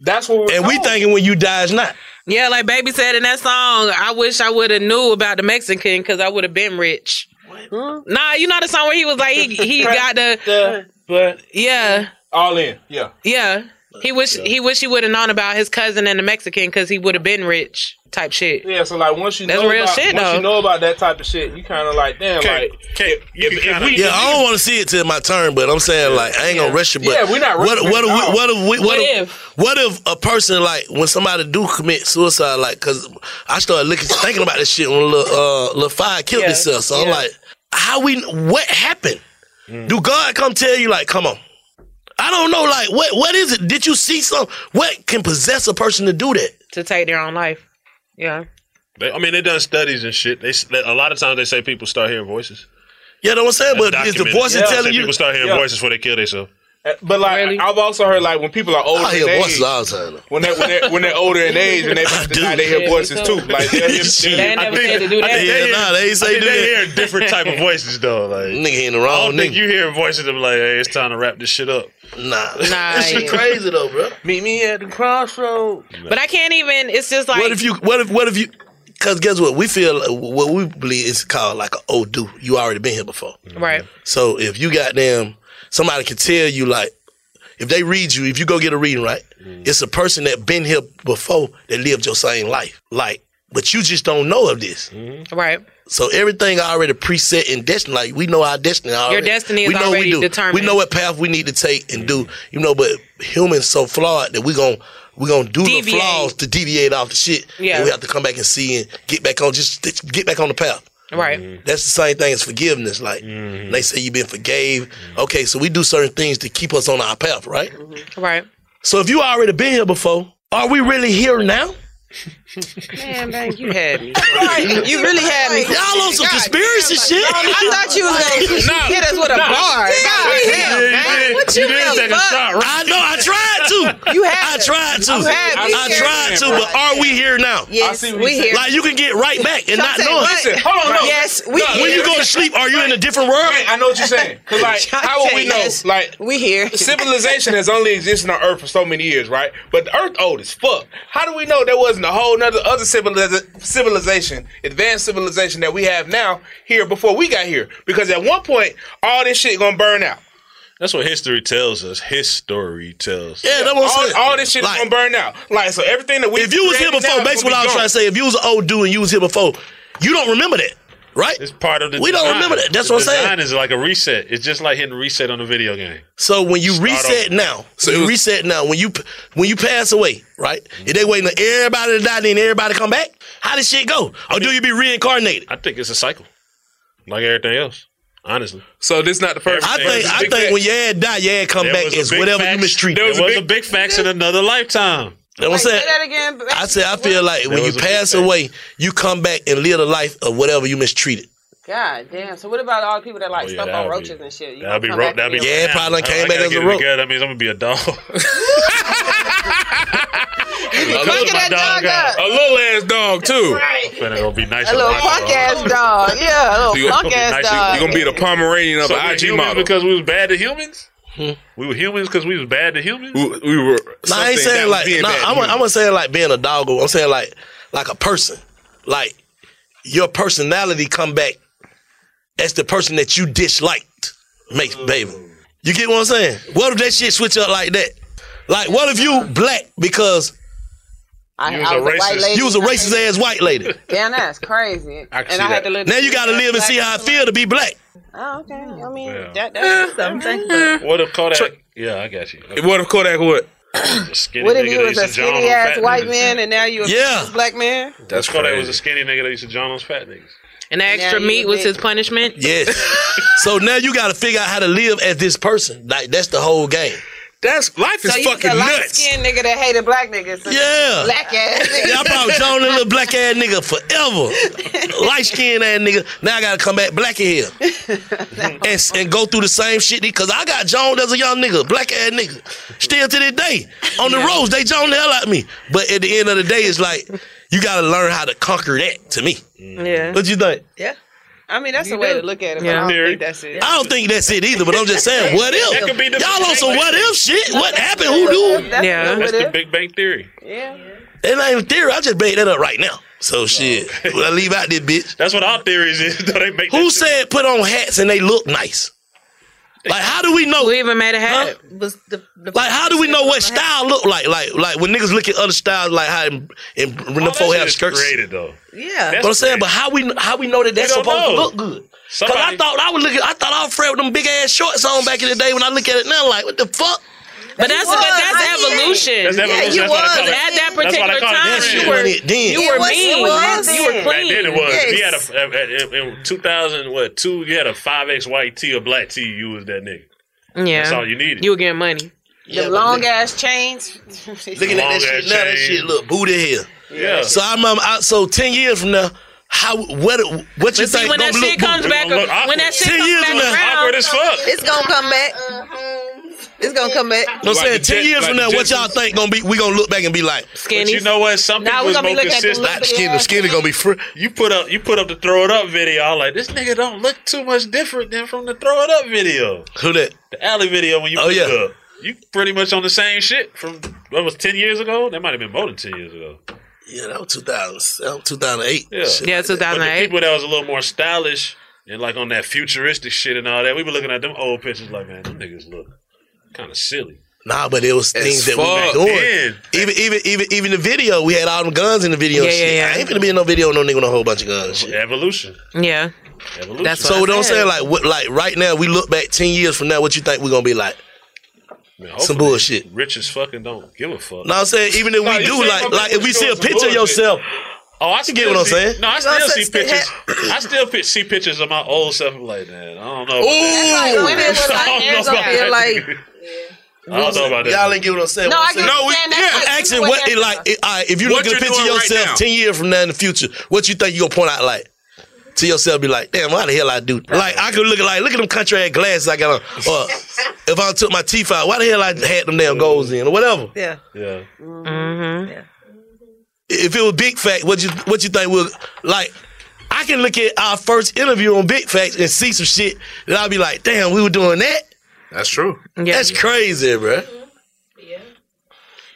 Speaker 6: That's what we're
Speaker 5: and we
Speaker 6: told.
Speaker 5: thinking when you die is not.
Speaker 4: yeah, like Baby said in that song, I wish I would have knew about the Mexican because I would have been rich. Nah, you know the song where he was like he he got the
Speaker 6: Yeah, but
Speaker 4: yeah
Speaker 6: all in. Yeah.
Speaker 4: yeah he wish he wish he would have known about his cousin and the Mexican because he would have been rich type shit.
Speaker 6: Yeah, so like once you
Speaker 4: That's
Speaker 6: know
Speaker 4: real
Speaker 6: about,
Speaker 4: shit,
Speaker 6: once
Speaker 4: though.
Speaker 6: you know about that type of shit, you kind of like damn,
Speaker 3: Okay,
Speaker 6: like
Speaker 3: okay, you can kinda-
Speaker 5: Yeah, I don't want to see it till my turn, but I'm saying like I ain't gonna rush it. But
Speaker 6: Yeah, we not
Speaker 5: What,
Speaker 6: rushing
Speaker 5: what,
Speaker 6: it at
Speaker 5: if
Speaker 6: all.
Speaker 5: we, what if we, what,
Speaker 4: What
Speaker 5: if,
Speaker 4: if?
Speaker 5: what if a person like when somebody do commit suicide, like because I started looking thinking about this shit when Lil uh, Lil Fire killed
Speaker 4: Yeah,
Speaker 5: himself. So I'm
Speaker 4: yeah. Mm.
Speaker 5: like, how we? What happened? Do God come tell you like, come on? I don't know. Like, what what is it? Did you see some? What can possess a person to do that?
Speaker 4: to take their own life. Yeah.
Speaker 3: They, I mean, they done studies and shit. They s- that- a lot of times they say people start hearing voices,
Speaker 5: Yeah, know what I'm saying? But is the voice
Speaker 3: Yeah.
Speaker 5: telling you?
Speaker 3: People start hearing
Speaker 8: Yeah.
Speaker 3: voices before they kill themselves.
Speaker 8: Uh, But like I've also heard like when people are older,
Speaker 5: I hear
Speaker 8: in
Speaker 5: voices
Speaker 8: age,
Speaker 5: all the time.
Speaker 8: When they when they when they're older in age and they now they hear
Speaker 5: Yeah,
Speaker 8: voices too. Like they'll hear-
Speaker 5: Shit.
Speaker 8: I think- I think
Speaker 5: Yeah,
Speaker 8: hear-
Speaker 5: nah, they ain't
Speaker 3: I
Speaker 5: say
Speaker 3: think
Speaker 5: do
Speaker 3: they
Speaker 5: that.
Speaker 3: hear different type of voices though. Like
Speaker 5: Nigga hearing the
Speaker 3: I
Speaker 5: wrong
Speaker 3: don't think
Speaker 5: nigga.
Speaker 3: you hear voices of like, hey, it's time to wrap this shit up.
Speaker 5: Nah,
Speaker 4: Nah,
Speaker 5: That shit
Speaker 4: yeah.
Speaker 5: crazy though, bro.
Speaker 6: Meet me at the crossroad.
Speaker 4: But I can't even. It's just like
Speaker 5: what if you? What if? What if you? Because guess what? We feel what we believe is called like an old do. You already been here before.
Speaker 4: right.
Speaker 5: So if you got them, somebody can tell you like, if they read you, if you go get a reading, right? It's a person that been here before that lived your same life, like, but you just don't know of this.
Speaker 4: Right.
Speaker 5: So everything already preset in destiny. Like we know our destiny already.
Speaker 4: destiny is
Speaker 5: we know
Speaker 4: already
Speaker 5: we do.
Speaker 4: determined.
Speaker 5: We know what path we need to take and do. You know, but humans so flawed that we gon' we gonna do the
Speaker 4: Deviate.
Speaker 5: flaws to deviate off the shit.
Speaker 4: Yeah.
Speaker 5: And we have to come back and see and get back on just just get back on the path.
Speaker 4: Right.
Speaker 5: That's the same thing as forgiveness. Like they say, you've been forgave. Okay, so we do certain things to keep us on our path, right?
Speaker 4: Mm-hmm. Right.
Speaker 5: So if you already been here before, are we really here now?
Speaker 7: Man, man, you had me. You really had me.
Speaker 5: Y'all on some
Speaker 7: God,
Speaker 5: conspiracy shit?
Speaker 7: I thought you was gonna hit us with a bar. God damn, man. What you
Speaker 3: did
Speaker 7: really
Speaker 3: take a shot,
Speaker 7: fuck?
Speaker 3: right?
Speaker 5: I know. I tried to.
Speaker 7: You had
Speaker 5: I
Speaker 7: to.
Speaker 5: tried to.
Speaker 7: You had me
Speaker 5: I
Speaker 7: here.
Speaker 5: tried to. But are we here now?
Speaker 7: Yes,
Speaker 8: see what
Speaker 7: we
Speaker 8: you
Speaker 7: here.
Speaker 5: Like you can get right back and not
Speaker 7: Shante,
Speaker 5: know.
Speaker 7: what?
Speaker 5: it.
Speaker 8: Hold on, no.
Speaker 7: Yes, we here.
Speaker 5: When you go to sleep, are you in a different world?
Speaker 8: I know what you're saying. Cause like how would we know?
Speaker 7: Yes,
Speaker 8: Like
Speaker 7: we here.
Speaker 8: civilization has only existed on Earth for so many years, right? But the Earth old as fuck. How do we know there wasn't a whole nother other civiliz- civilization, advanced civilization that we have now here before we got here? Because at one point, all this shit gonna burn out.
Speaker 3: That's what history tells us. History tells.
Speaker 5: Yeah, that's what I'm
Speaker 8: All,
Speaker 5: saying.
Speaker 8: all this shit
Speaker 5: Like,
Speaker 8: is gonna burn out. Like so, everything that we
Speaker 5: If you was here
Speaker 8: created
Speaker 5: before,
Speaker 8: now is
Speaker 5: basically what
Speaker 8: gonna
Speaker 5: I
Speaker 8: be
Speaker 5: was trying to say, if you was an old dude and you was here before, you don't remember that, right?
Speaker 3: It's part of the.
Speaker 5: We don't
Speaker 3: design.
Speaker 5: remember that. That's
Speaker 3: The
Speaker 5: what I'm saying.
Speaker 3: Design is like a reset. It's just like hitting reset on a video game.
Speaker 5: So when you reset
Speaker 3: over.
Speaker 5: now, so you reset now. When you when you pass away, right? If they waiting on everybody to die, then everybody come back. How does shit go? Or do you be reincarnated?
Speaker 3: I think it's a cycle, like everything else. Honestly,
Speaker 8: So this not the first.
Speaker 5: I think I think when your ad die, your ad come
Speaker 3: There
Speaker 5: back
Speaker 3: was a
Speaker 5: is
Speaker 3: big
Speaker 5: whatever
Speaker 3: facts-
Speaker 5: you mistreat.
Speaker 3: There was,
Speaker 5: You know
Speaker 3: a big, facts in another lifetime.
Speaker 5: what I'm
Speaker 7: Wait, say
Speaker 5: saying?
Speaker 7: that again.
Speaker 5: I said I feel like when
Speaker 3: There
Speaker 5: you
Speaker 3: was a big
Speaker 5: pass
Speaker 3: fact.
Speaker 5: away, you come back and live the life of whatever you mistreated.
Speaker 7: God damn. So what about all the people that like
Speaker 3: Oh, yeah,
Speaker 7: stuff on
Speaker 3: that'll
Speaker 7: roaches
Speaker 3: be-
Speaker 7: and shit? You
Speaker 3: That'll
Speaker 7: gonna
Speaker 3: be
Speaker 7: come
Speaker 3: rope.
Speaker 7: back
Speaker 3: That'll be
Speaker 7: and
Speaker 5: Yeah,
Speaker 3: Nah,
Speaker 5: probably
Speaker 3: I-
Speaker 5: came back
Speaker 3: I gotta
Speaker 5: as
Speaker 3: get
Speaker 5: a
Speaker 3: it
Speaker 5: rope.
Speaker 3: together. That means I'm gonna be a dog.
Speaker 7: Cranking that dog up.
Speaker 8: a little ass dog too.
Speaker 3: But it'll be nice.
Speaker 7: A
Speaker 3: and
Speaker 7: little
Speaker 3: nice and
Speaker 7: punk
Speaker 3: all.
Speaker 7: ass dog. Yeah, a
Speaker 8: You
Speaker 7: little
Speaker 8: gonna-
Speaker 7: punk ass
Speaker 3: nice, you-
Speaker 7: dog.
Speaker 8: You're gonna be the Pomeranian of
Speaker 3: So
Speaker 8: an
Speaker 3: we
Speaker 8: IG
Speaker 3: humans
Speaker 8: model.
Speaker 3: because we was bad to humans. We were humans because we was bad to humans.
Speaker 8: we, we were.
Speaker 5: No, I
Speaker 8: something that
Speaker 5: ain't saying
Speaker 8: was
Speaker 5: like.
Speaker 8: being
Speaker 5: No,
Speaker 8: bad
Speaker 5: I'm
Speaker 8: to
Speaker 5: not- I'm
Speaker 8: you.
Speaker 5: not saying like being a doggo. I'm saying like like a person. Like your personality come back as the person that you disliked. Makes baby. You get what I'm saying? What if that shit switch up like that? Like what if you black because
Speaker 7: I,
Speaker 3: You was
Speaker 7: I
Speaker 3: a
Speaker 7: was a white
Speaker 3: racist.
Speaker 7: lady.
Speaker 5: you was a racist ass white lady?
Speaker 7: Damn, that's crazy.
Speaker 8: I can
Speaker 7: and
Speaker 8: see
Speaker 7: I had
Speaker 8: that.
Speaker 7: to live.
Speaker 5: Now you gotta live and see how I feel to be black.
Speaker 7: Oh, okay. I mean,
Speaker 3: Yeah.
Speaker 7: that, that's
Speaker 9: Something. But
Speaker 3: What if Kodak? yeah, I got you. Okay.
Speaker 8: What if Kodak what?
Speaker 3: A skinny
Speaker 7: What if
Speaker 3: nigga
Speaker 7: you
Speaker 3: that
Speaker 7: was
Speaker 3: used
Speaker 7: a
Speaker 3: to john
Speaker 7: skinny
Speaker 3: on
Speaker 7: ass
Speaker 3: fat
Speaker 7: white
Speaker 3: niggas?
Speaker 7: man and now you a
Speaker 5: Yeah.
Speaker 7: black man?
Speaker 8: That's
Speaker 3: Kodak was a skinny nigga that used to john on fat niggas.
Speaker 4: And the extra
Speaker 7: you
Speaker 4: meat
Speaker 7: a
Speaker 4: was
Speaker 7: bitch.
Speaker 4: his punishment.
Speaker 5: Yes. so now you gotta figure out how to live as this person. Like that's the whole game.
Speaker 8: That's life is
Speaker 7: So you was
Speaker 8: fucking
Speaker 7: a light
Speaker 8: nuts.
Speaker 7: skinned nigga that hated black niggas. So
Speaker 5: Yeah.
Speaker 7: Black ass nigga.
Speaker 5: Yeah, I probably John a little black ass nigga forever. Light skinned ass nigga. Now I gotta come back black here and, s- and go through the same shit because I got John as a young nigga, black ass nigga. Still to this day. On the roads, they John the hell out of me. But at the end of the day, it's like you gotta learn how to conquer that to me.
Speaker 8: Mm-hmm.
Speaker 7: Yeah.
Speaker 5: What you think?
Speaker 7: I mean, that's a way to look at it. But
Speaker 4: Yeah.
Speaker 7: I don't
Speaker 3: Theory.
Speaker 7: think that's it.
Speaker 5: I don't think that's it either, but I'm just saying, what if?
Speaker 3: That could be the-
Speaker 5: Y'all on some what if shit? What happened? Who do?
Speaker 7: That's
Speaker 4: Yeah.
Speaker 7: yeah.
Speaker 3: That's the Big Bang Theory.
Speaker 7: yeah.
Speaker 5: It ain't even theory. I just made that up right now. So shit. When I leave out this bitch.
Speaker 3: That's what our theories is. Though they make
Speaker 5: Who
Speaker 3: that shit.
Speaker 5: said put on hats and they look nice? Like how do we know?
Speaker 4: Who even made a hat?
Speaker 9: was the, the
Speaker 5: Like how do we know what style look like? Like like when niggas look at other styles, like how and when
Speaker 3: All
Speaker 5: the
Speaker 3: Oh, that
Speaker 5: folk
Speaker 3: shit
Speaker 5: have
Speaker 3: is
Speaker 5: skirts.
Speaker 3: created though?
Speaker 9: yeah.
Speaker 5: But I'm saying, but how we how we know that that's
Speaker 3: don't
Speaker 5: supposed to
Speaker 3: know.
Speaker 5: look good? Cause
Speaker 3: Somebody-
Speaker 5: I thought I was looking, I thought I was afraid with them big ass shorts on back in the day. When I look at it now, I'm like what the fuck?
Speaker 4: But that's but that's evolution.
Speaker 3: That's evolution.
Speaker 9: you
Speaker 3: That's why they
Speaker 9: was.
Speaker 3: call it-
Speaker 4: At that
Speaker 3: That's why
Speaker 4: particular
Speaker 3: they call it
Speaker 4: time,
Speaker 5: That shit
Speaker 4: you were
Speaker 5: wasn't it then.
Speaker 4: you were
Speaker 9: was- it
Speaker 4: mean.
Speaker 9: was
Speaker 4: You were
Speaker 9: then.
Speaker 3: Back then it
Speaker 4: clean.
Speaker 3: was. He had a, at- at- in 2000, what, two, you had a 5X white tee or black tee. You was that nigga.
Speaker 4: Yeah,
Speaker 3: That's all you needed.
Speaker 4: You were getting money.
Speaker 5: Yeah,
Speaker 7: The
Speaker 5: but
Speaker 7: long
Speaker 5: look-
Speaker 7: ass chains.
Speaker 5: Looking at that
Speaker 3: Long-ass
Speaker 5: shit now, that
Speaker 3: chain.
Speaker 5: shit look booty here.
Speaker 3: yeah.
Speaker 5: So I'm, um, I, so ten years from now, How what what you
Speaker 4: But see,
Speaker 5: think
Speaker 4: when
Speaker 5: gonna
Speaker 4: that shit
Speaker 5: look-
Speaker 4: comes back, when that shit
Speaker 5: Ten
Speaker 4: comes
Speaker 5: years
Speaker 4: back
Speaker 5: from now-
Speaker 4: around,
Speaker 10: It's gonna come back.
Speaker 7: Uh-huh.
Speaker 10: It's gonna come back.
Speaker 5: I'm saying ten years from now, what y'all think gonna be? We gonna look back and be like
Speaker 10: Skinnies. But you know
Speaker 3: what? Some Nah, people we is gonna be more looking at the consistent. little
Speaker 5: Not skinny,
Speaker 3: bit
Speaker 5: skinny gonna be free.
Speaker 3: You put up you put up the throw it up video. I'm like, this nigga don't look too much different than from the throw it up video.
Speaker 5: Who that?
Speaker 3: The alley video when you
Speaker 5: Oh,
Speaker 3: put
Speaker 5: yeah.
Speaker 3: it up. You pretty much on the same shit from almost ten years ago. That might have been more than ten years ago.
Speaker 5: Yeah, that was 2000, 2008.
Speaker 3: Yeah, But the people that was a little more stylish and like on that futuristic shit and all that, we were looking at them old pictures like, man, them niggas look kind of silly.
Speaker 5: Nah, but it was
Speaker 3: As
Speaker 5: things that
Speaker 3: fuck.
Speaker 5: we were doing.
Speaker 3: Man.
Speaker 5: Even even even even the video, we had all them guns in the video.
Speaker 4: Yeah,
Speaker 5: and shit.
Speaker 4: yeah, yeah.
Speaker 5: I ain't gonna be in no video with no nigga with a whole bunch of guns. and Shit.
Speaker 3: Evolution.
Speaker 4: Yeah. That's
Speaker 5: so
Speaker 4: what I
Speaker 5: don't
Speaker 4: said.
Speaker 5: say like what like right now we look back ten years from now, what you think we're gonna be like?
Speaker 3: Man,
Speaker 5: Some
Speaker 3: hopefully
Speaker 5: bullshit.
Speaker 3: Rich as fucking don't give a fuck.
Speaker 5: No, I'm saying even if we
Speaker 3: No, you
Speaker 5: do
Speaker 3: said
Speaker 5: like
Speaker 3: some
Speaker 5: like if we
Speaker 3: people
Speaker 5: see a
Speaker 3: showing some
Speaker 5: picture of
Speaker 3: bullshit.
Speaker 5: yourself.
Speaker 3: Oh, I
Speaker 5: You
Speaker 3: still
Speaker 5: get what I'm
Speaker 3: see-
Speaker 5: saying?
Speaker 3: No, I
Speaker 5: You
Speaker 3: still
Speaker 5: know what I'm
Speaker 3: see
Speaker 5: saying?
Speaker 3: pictures. I still pi- see pictures of my old self. I'm like, man, I don't know.
Speaker 10: That's like women with like,
Speaker 3: I
Speaker 10: they're
Speaker 3: don't know
Speaker 10: gonna
Speaker 3: about
Speaker 10: feel
Speaker 3: that.
Speaker 10: like
Speaker 3: I don't know about that.
Speaker 5: Y'all ain't get what I'm saying.
Speaker 10: No,
Speaker 5: What
Speaker 10: I
Speaker 5: I'm
Speaker 10: get
Speaker 5: saying.
Speaker 10: what you're saying. That's
Speaker 5: I'm
Speaker 10: like-
Speaker 5: asking
Speaker 10: that's
Speaker 5: what
Speaker 10: what
Speaker 5: it like. It, all right, if you
Speaker 10: What
Speaker 5: look at a
Speaker 10: you're
Speaker 5: picture of
Speaker 10: doing right
Speaker 5: yourself
Speaker 10: now.
Speaker 5: ten years from now in the future, what you think you gonna point out like? To yourself, be like, damn, why the hell I do? Like, I could look at like, look at them country ass glasses I got on. Or if I took my teeth out, why the hell I had them damn goals in or whatever?
Speaker 10: Yeah.
Speaker 3: Yeah.
Speaker 10: Mm-hmm. Yeah.
Speaker 5: If it was Big Fact, what you what you think was like? I can look at our first interview on Big Facts and see some shit that I'll be like, damn, we were doing that.
Speaker 6: That's true.
Speaker 5: That's crazy, bruh.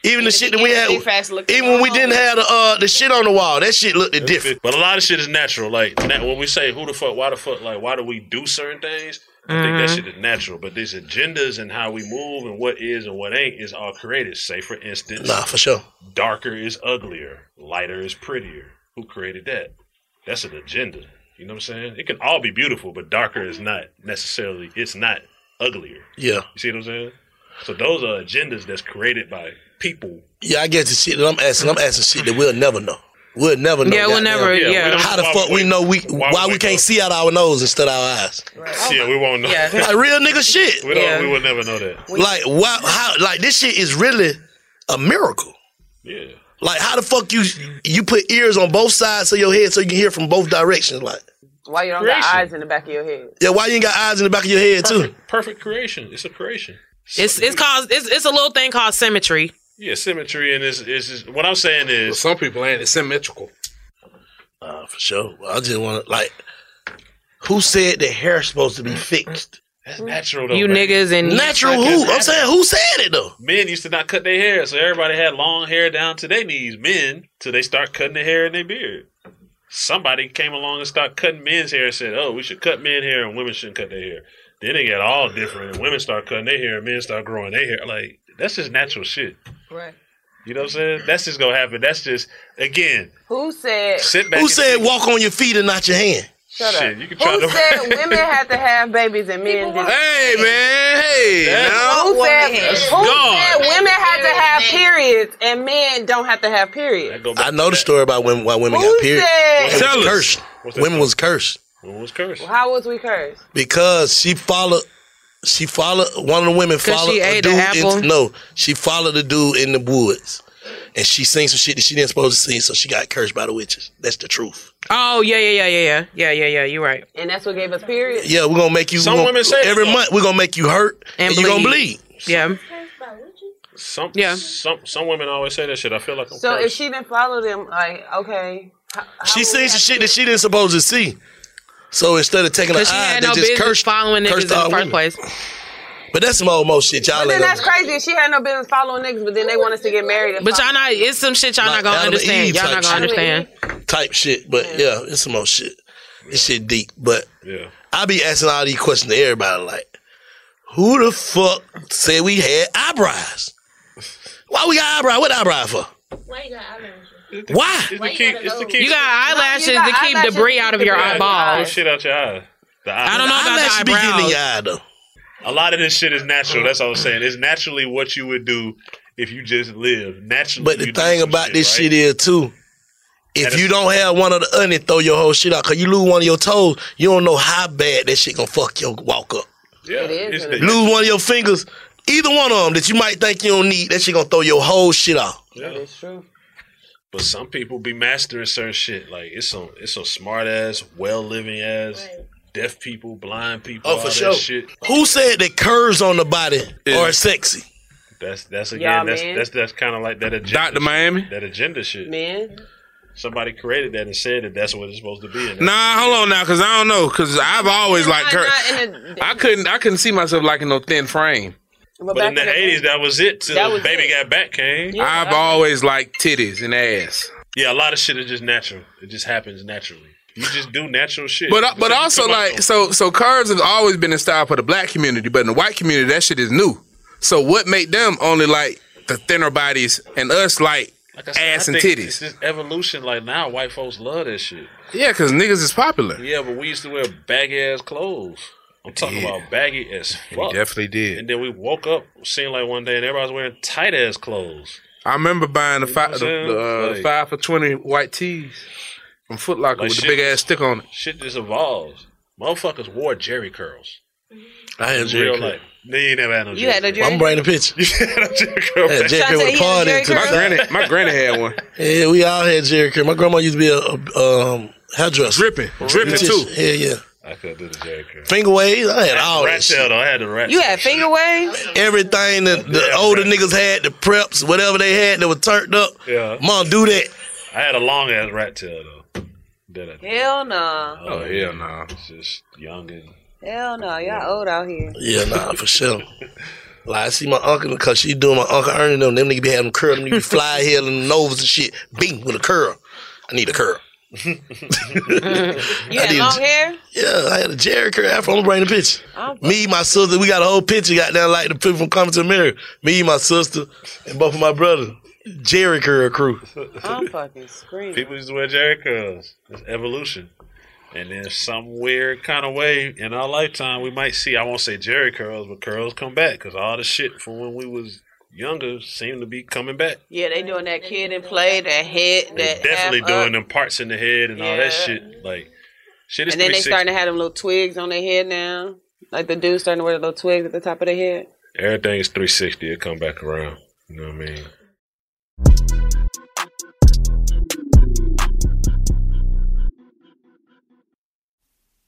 Speaker 5: Even the shit that we had,
Speaker 7: Big Facts looked
Speaker 5: even when we didn't have the uh, the shit on the wall, that shit looked different.
Speaker 3: But a lot of shit is natural. Like na- when we say who the fuck, why the fuck, like why do we do certain things? I think
Speaker 10: Mm-hmm.
Speaker 5: Mhm.
Speaker 3: that shit is natural. But these agendas and how we move and what is and what ain't is all created. Say for instance,
Speaker 5: Nah, for sure.
Speaker 3: darker is uglier, lighter is prettier. Who created that? That's an agenda. You know what I'm saying? It can all be beautiful, but darker is not necessarily. It's not uglier.
Speaker 5: Yeah.
Speaker 3: You see what I'm saying? So those are agendas that's created by people.
Speaker 5: Yeah, I guess the shit that I'm asking, I'm asking shit that we'll never know. We'll never know.
Speaker 3: Yeah, we'll
Speaker 5: goddamn.
Speaker 3: never- Yeah, yeah. we don't-
Speaker 5: How the
Speaker 3: why
Speaker 5: fuck
Speaker 3: we-
Speaker 5: we know we why, we can't see out our nose instead of our eyes?
Speaker 3: yeah, we won't know.
Speaker 5: Yeah. Like real nigga shit.
Speaker 3: We don't.
Speaker 5: Yeah.
Speaker 3: We will never know that.
Speaker 5: Like wow, how like this shit is really a miracle.
Speaker 3: Yeah.
Speaker 5: Like how the fuck you you put ears on both sides of your head so you can hear from both directions? Like
Speaker 7: Why you don't got
Speaker 3: Creation.
Speaker 7: eyes in the back of your head?
Speaker 5: yeah, why you ain't got eyes in the back of your head too?
Speaker 3: Perfect creation. It's a creation.
Speaker 4: It's it's called it's it's a little thing called symmetry.
Speaker 3: Yeah, symmetry and it's, it's just, what I'm saying is
Speaker 6: some people ain't it's symmetrical.
Speaker 5: Uh, for sure. Well, I just want to like, who said that hair's supposed to be fixed?
Speaker 3: That's natural though.
Speaker 4: You
Speaker 3: man.
Speaker 4: niggas and
Speaker 5: natural who? I'm saying who said it though?
Speaker 3: Men used to not cut their hair, so everybody had long hair down to their knees. Men till they start cutting their hair and their beard. Somebody came along and started cutting men's hair and said, "Oh, we should cut men hair and women shouldn't cut their hair." Then it got all different, and women start cutting their hair and men start growing their hair. Like that's just natural shit.
Speaker 7: Right.
Speaker 3: You know what I'm saying? That's just gonna happen. That's just again.
Speaker 7: Who said?
Speaker 3: Sit back.
Speaker 5: Who
Speaker 3: and
Speaker 5: said
Speaker 3: think.
Speaker 5: walk on your feet and not your hand?
Speaker 7: Shut
Speaker 3: Shit,
Speaker 7: up.
Speaker 3: you can try
Speaker 7: Who
Speaker 3: to-
Speaker 7: said women had to have babies and men didn't?
Speaker 6: Hey man, hey. now.
Speaker 7: Who said, who said
Speaker 6: gone.
Speaker 7: women had to have periods and men don't have to have periods?
Speaker 5: I know the story about women, why women
Speaker 7: Who
Speaker 5: got period.
Speaker 7: said-
Speaker 5: It was
Speaker 7: Tell us.
Speaker 5: cursed. Women was cursed
Speaker 3: Women was cursed.
Speaker 7: How was we cursed?
Speaker 5: because she followed. She followed one of the women
Speaker 7: 'Cause
Speaker 5: followed
Speaker 7: she ate
Speaker 5: a
Speaker 7: an
Speaker 5: dude.
Speaker 7: apple?
Speaker 5: In, no, she followed the dude in the woods, and she seen some shit that she didn't supposed to see, so she got cursed by the witches. That's the truth.
Speaker 4: Oh yeah yeah yeah yeah yeah yeah yeah yeah. You're right.
Speaker 7: And that's what gave us periods?
Speaker 5: Yeah, we're gonna make you.
Speaker 7: Some
Speaker 5: we gonna-
Speaker 7: women say
Speaker 5: every
Speaker 7: that.
Speaker 5: month we're gonna make you hurt, and,
Speaker 4: And
Speaker 5: you're gonna bleed.
Speaker 4: bleed. Yeah.
Speaker 3: Some some some women always say that shit. I feel like I'm
Speaker 7: So
Speaker 3: cursed.
Speaker 7: if she didn't follow them, like, okay.
Speaker 5: She seen some shit that she didn't supposed to see. So instead of taking her
Speaker 4: Because she
Speaker 5: eye,
Speaker 4: had
Speaker 5: they
Speaker 4: no
Speaker 5: just
Speaker 4: business
Speaker 5: cursed,
Speaker 4: following niggas
Speaker 5: cursed
Speaker 4: in the
Speaker 5: all
Speaker 4: first
Speaker 5: women.
Speaker 4: place.
Speaker 5: But that's some old mo shit. Y'all
Speaker 7: But
Speaker 5: ain't
Speaker 7: then that's
Speaker 5: gonna-
Speaker 7: crazy. She had no business following niggas, but then they want us to get married. and
Speaker 4: But y'all
Speaker 7: follow-
Speaker 4: not. It's some shit y'all not
Speaker 5: Like
Speaker 4: gonna
Speaker 5: Adam and Eve
Speaker 4: understand. Y'all
Speaker 5: type
Speaker 4: not gonna
Speaker 5: shit.
Speaker 4: understand.
Speaker 5: type shit. But yeah, it's some old shit. This shit deep. But
Speaker 3: yeah,
Speaker 5: I be asking all these questions to everybody. Like, who the fuck said we had eyebrows? Why we got eyebrow? What eyebrow for? Why?
Speaker 3: It's the keep, it's the keep,
Speaker 4: You got eyelashes
Speaker 7: you got
Speaker 4: to keep
Speaker 7: eyelashes
Speaker 4: debris
Speaker 7: to
Speaker 4: out of
Speaker 7: keep
Speaker 4: your
Speaker 7: debris out of your
Speaker 3: Throw
Speaker 4: eyeballs.
Speaker 3: shit out your eye. The eye.
Speaker 4: I don't know about the
Speaker 5: Eyelash be getting in
Speaker 4: eyebrows.
Speaker 5: your eye though.
Speaker 3: A lot of this shit is natural. That's all I'm saying. It's naturally what you would do if you just live naturally.
Speaker 5: But the
Speaker 3: you do
Speaker 5: thing
Speaker 3: some
Speaker 5: about
Speaker 3: shit,
Speaker 5: this
Speaker 3: right?
Speaker 5: shit is too. If you don't have one of the onion, throw your whole shit out. Cause you lose one of your toes, you don't know how bad that shit gonna fuck your walk up.
Speaker 3: yeah, it's the-
Speaker 5: Lose one of your fingers, either one of them that you might think you don't need, that shit gonna throw your whole shit off.
Speaker 3: yeah.
Speaker 7: That is true.
Speaker 3: But some people be mastering certain shit. Like it's some it's some smart ass, well living ass, deaf people, blind people.
Speaker 5: Oh,
Speaker 3: all
Speaker 5: for
Speaker 3: that
Speaker 5: sure.
Speaker 3: Shit.
Speaker 5: Who said that curves on the body are sexy?
Speaker 3: That's that's again
Speaker 7: Y'all
Speaker 3: that's,
Speaker 7: men.
Speaker 3: that's that's kind of like that agenda.
Speaker 6: Dr.
Speaker 3: shit.
Speaker 6: Miami?
Speaker 3: That agenda shit.
Speaker 7: Man.
Speaker 3: Somebody created that and said that that's what it's supposed to be. And
Speaker 6: Nah, hold on now, cause I don't know, cause I've always liked
Speaker 3: not
Speaker 6: curves.
Speaker 7: in
Speaker 6: I couldn't, I couldn't see myself liking no thin frame.
Speaker 3: But, in the eighties, that was it. Till
Speaker 6: That was
Speaker 3: Baby Got Back came.
Speaker 6: I've always liked titties and ass.
Speaker 3: yeah. A lot of shit is just natural. It just happens naturally. You just do natural shit.
Speaker 6: But uh, but
Speaker 3: You
Speaker 6: also
Speaker 3: come out
Speaker 6: like so so curves has always been in style for the black community, but in the white community that shit is new. So what made them only like the thinner bodies and us like,
Speaker 3: Like I said,
Speaker 6: ass
Speaker 3: I
Speaker 6: and
Speaker 3: think
Speaker 6: titties?
Speaker 3: It's just evolution. Like now, white folks love that shit.
Speaker 6: Yeah, cause niggas is popular.
Speaker 3: Yeah, but we used to wear baggy ass clothes. I'm talking
Speaker 6: Yeah.
Speaker 3: about baggy as fuck.
Speaker 6: definitely did.
Speaker 3: And then we woke up, seemed like one day, and everybody's wearing tight ass clothes.
Speaker 6: I remember buying the five
Speaker 3: what
Speaker 6: the,
Speaker 3: I'm
Speaker 6: the, uh,
Speaker 3: saying?
Speaker 6: five for twenty white tees from Foot Locker
Speaker 3: Like
Speaker 6: with the
Speaker 3: shit-
Speaker 6: big ass stick on it.
Speaker 3: Shit just evolves. Motherfuckers wore Jerry curls.
Speaker 5: I had
Speaker 3: In
Speaker 5: Jerry
Speaker 3: real
Speaker 5: curl.
Speaker 3: life. Nah, you never had no.
Speaker 7: You had a Jerry
Speaker 5: I'm bringing the picture. Yeah, Jerry curl with a part into
Speaker 6: My granny, my granny had one.
Speaker 5: Yeah, we all had Jerry curl. My grandma used to be a, a um, hairdresser.
Speaker 6: Dripping, dripping
Speaker 5: Beautician.
Speaker 6: too.
Speaker 5: Yeah, yeah.
Speaker 3: I couldn't do the Jerry curl.
Speaker 5: Finger waves. I had
Speaker 3: I
Speaker 5: all
Speaker 3: rat
Speaker 5: that shit.
Speaker 3: tail though. I had the rat.
Speaker 7: You had finger waves?
Speaker 5: Everything that the older niggas had, the preps, whatever they had that was turned up.
Speaker 3: Yeah.
Speaker 5: Mom, do that.
Speaker 3: I had a long ass rat tail though. That I-
Speaker 7: Hell no.
Speaker 3: Oh, hell no. Just young and
Speaker 7: Hell no. Y'all old out here.
Speaker 5: Yeah, nah, for sure. Like I see my uncle because she doing my uncle earning them. Them niggas be having curl. Them niggas be fly heel and novas and shit. Bing with a curl. I need a curl.
Speaker 7: You
Speaker 5: I
Speaker 7: had
Speaker 5: did.
Speaker 7: long hair?
Speaker 5: Yeah, I had a Jerry curl afro. I'm gonna bring the picture.
Speaker 6: Oh,
Speaker 7: I'm-
Speaker 5: Me, my sister, we got a whole picture. Got down like the people from Coming to America. Me, my sister, and both of my brothers. Jerry curl crew.
Speaker 7: I'm fucking screaming.
Speaker 3: People used to wear Jerry curls. It's evolution. And then some weird kind of way in our lifetime, we might see, I won't say Jerry curls, but curls come back because all the shit from when we was younger seemed to be coming back.
Speaker 7: Yeah, they doing that kid and play, that head, that
Speaker 3: They definitely
Speaker 7: half
Speaker 3: doing
Speaker 7: up.
Speaker 3: them parts in the head and all
Speaker 7: Yeah.
Speaker 3: that shit. Like, shit is
Speaker 7: And then they
Speaker 3: 360.
Speaker 7: starting to have them little twigs on their head now. Like the dudes starting to wear the little twigs at the top of their head.
Speaker 3: Everything is 360. It come back around. You know what I mean?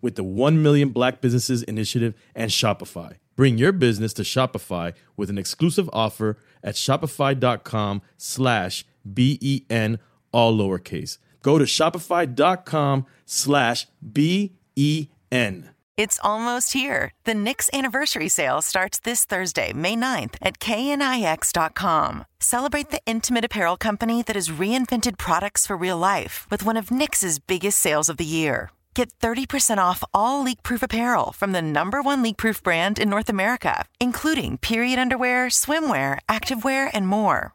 Speaker 11: with the 1 Million Black Businesses Initiative and Shopify. Bring your business to Shopify with an exclusive offer at shopify.com slash B-E-N, all lowercase. Go to shopify.com slash E B-E-N.
Speaker 12: It's almost here. The Nix anniversary sale starts this Thursday, May 9th at knix.com. Celebrate the intimate apparel company that has reinvented products for real life with one of Nix's biggest sales of the year. Get 30% off all leak-proof apparel from the number one leak-proof brand in North America, including period underwear, swimwear, activewear, and more.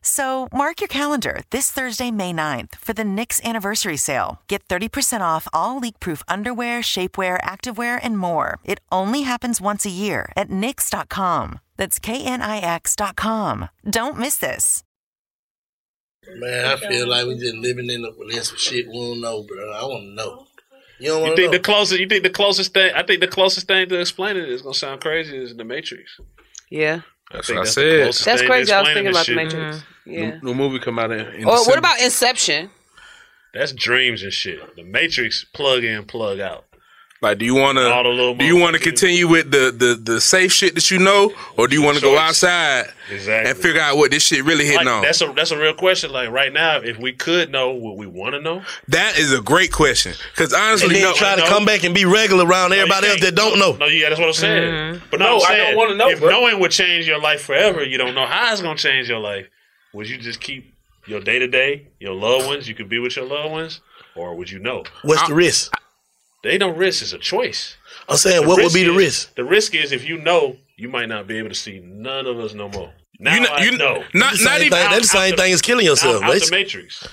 Speaker 12: So mark your calendar this Thursday, May 9th for the NYX anniversary sale. Get 30% off all leak-proof underwear, shapewear, activewear, and more. It only happens once a year at NYX.com. That's K-N-I-X.com. Don't miss this.
Speaker 5: Man, I feel like we just living in a in some shit we don't know, bro. I want to know. You don't
Speaker 3: You
Speaker 5: want
Speaker 3: think
Speaker 5: to
Speaker 3: the closest? You think the closest thing? I think the closest thing to explaining it is gonna sound crazy is the Matrix.
Speaker 7: Yeah.
Speaker 3: That's
Speaker 6: what I said.
Speaker 7: That's crazy. I was thinking about the Matrix. Yeah.
Speaker 6: New, new movie come out in. in
Speaker 7: Or what
Speaker 6: December.
Speaker 7: about Inception?
Speaker 3: That's dreams and shit. The Matrix plug in, plug out.
Speaker 6: Like, do you want to? Do you want to continue with the, the the safe shit that you know, or do you want to go
Speaker 3: Choice.
Speaker 6: outside
Speaker 3: Exactly.
Speaker 6: and figure out what this shit really hitting
Speaker 3: Like,
Speaker 6: on?
Speaker 3: That's a that's a real question. Like right now, if we could know what we want to know,
Speaker 6: That is a great question. Because honestly,
Speaker 3: And then
Speaker 6: no,
Speaker 3: try to come
Speaker 5: back and be regular around
Speaker 3: everybody else that
Speaker 5: don't know.
Speaker 3: No, yeah, that's what I'm saying.
Speaker 5: Mm-hmm.
Speaker 6: Mhm.
Speaker 3: But no,
Speaker 6: No,
Speaker 3: I'm
Speaker 6: I don't
Speaker 3: saying,
Speaker 6: wanna know,
Speaker 3: If
Speaker 6: bro.
Speaker 3: knowing would change your life forever, you don't know how it's gonna change your life. Would you just keep your day to day, your loved ones? You could be with your loved ones, or would you know?
Speaker 5: What's the risk?
Speaker 3: They don't risk. It's a choice.
Speaker 5: I'm saying, what would be the
Speaker 3: is-
Speaker 5: risk?
Speaker 3: The risk is if you know, you might not be able to see none of us no more. Now you know, I know.
Speaker 5: That's the same thing- That's the same thing as killing yourself.
Speaker 3: Out, out the
Speaker 5: basically.
Speaker 3: Matrix.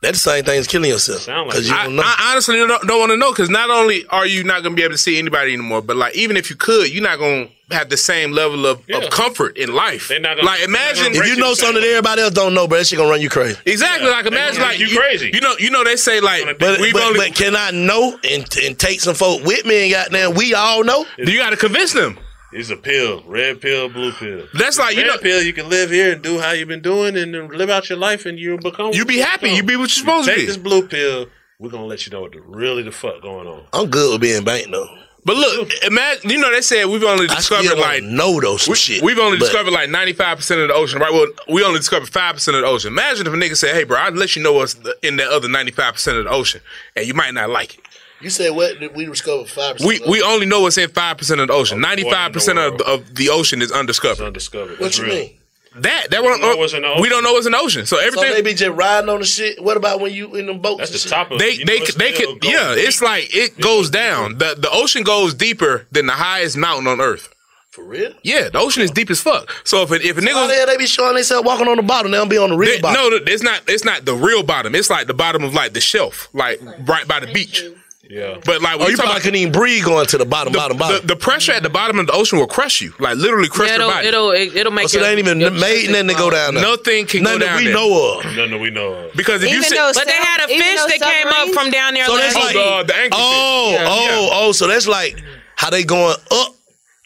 Speaker 5: That's the same thing as killing yourself.
Speaker 3: Sound
Speaker 5: Because you
Speaker 6: I,
Speaker 5: don't know.
Speaker 6: I honestly don't, don't want to know because not only are you not going to be able to see anybody anymore, but like even if you could, you're not going to have the same level of, of comfort in life. like imagine
Speaker 5: if you know something that everybody else don't know, bro, that shit gonna run you crazy.
Speaker 6: Exactly. like imagine like you crazy. You know. You know they say like
Speaker 5: But, but, but can I know and, and take some folk with me and goddamn we all know?
Speaker 6: You got to convince them.
Speaker 3: It's a pill, red pill, blue pill.
Speaker 6: That's like, you
Speaker 3: red
Speaker 6: know-
Speaker 3: pill. You can live here and do how you've been doing, and then live out your life, and you'll become.
Speaker 6: You be happy. You be what you're supposed to
Speaker 3: take
Speaker 6: be.
Speaker 3: this blue pill. We're gonna let you know what the, really the fuck going on.
Speaker 5: I'm good with being banked though.
Speaker 6: But look, imagine you know they said we've only discovered
Speaker 5: still
Speaker 6: like
Speaker 5: know though some
Speaker 6: we,
Speaker 5: shit,
Speaker 6: We've only
Speaker 5: but-
Speaker 6: discovered like ninety five percent of the ocean, right? Well, we only discovered five percent of the ocean. Imagine if a nigga said, "Hey, bro, I'll let you know what's the- in that other ninety five percent of the ocean," and you might not like it.
Speaker 5: You said what? Did We discovered five.
Speaker 6: We we only know what's in five percent of the ocean. Ninety five percent of of the ocean is undiscovered.
Speaker 3: undiscovered.
Speaker 5: What you mean?
Speaker 6: That that one, uh, we don't know what's in the ocean. So everything
Speaker 5: So they be just riding on the shit. What about when you in them boats? That's the
Speaker 3: top
Speaker 6: they they they could yeah. It's like it goes down. the The ocean goes deeper than the highest mountain on earth.
Speaker 5: For real?
Speaker 6: Yeah, the ocean is deep as fuck. So if it, if a nigga
Speaker 5: Why the hell they be showing themselves walking on the bottom? They don't be on the real
Speaker 6: They-
Speaker 5: bottom.
Speaker 6: No, th- it's not. It's not the real bottom. It's like the bottom of like the shelf, like right by the beach.
Speaker 3: Yeah.
Speaker 6: But like, when
Speaker 5: Oh,
Speaker 6: you
Speaker 5: you
Speaker 6: talk
Speaker 5: probably
Speaker 6: about
Speaker 5: couldn't even breathe going to the bottom, bottom, bottom.
Speaker 6: the, the pressure at the bottom of the ocean will crush you, like literally crush
Speaker 4: Yeah,
Speaker 6: your
Speaker 4: it'll,
Speaker 6: body.
Speaker 4: it'll it- it'll make.
Speaker 5: Oh, so
Speaker 4: your-
Speaker 5: they ain't even
Speaker 4: your
Speaker 5: made
Speaker 4: chest
Speaker 5: nothing to go
Speaker 4: explode.
Speaker 5: down there.
Speaker 6: Nothing can
Speaker 5: Nothing
Speaker 6: go down
Speaker 5: we
Speaker 6: there.
Speaker 5: know of.
Speaker 3: None that we know of.
Speaker 6: Because if you sit,
Speaker 4: but they had a fish that came up from down there.
Speaker 5: So
Speaker 4: last
Speaker 5: that's like
Speaker 4: week.
Speaker 6: Uh,
Speaker 5: oh, oh, oh. So that's like how they going up.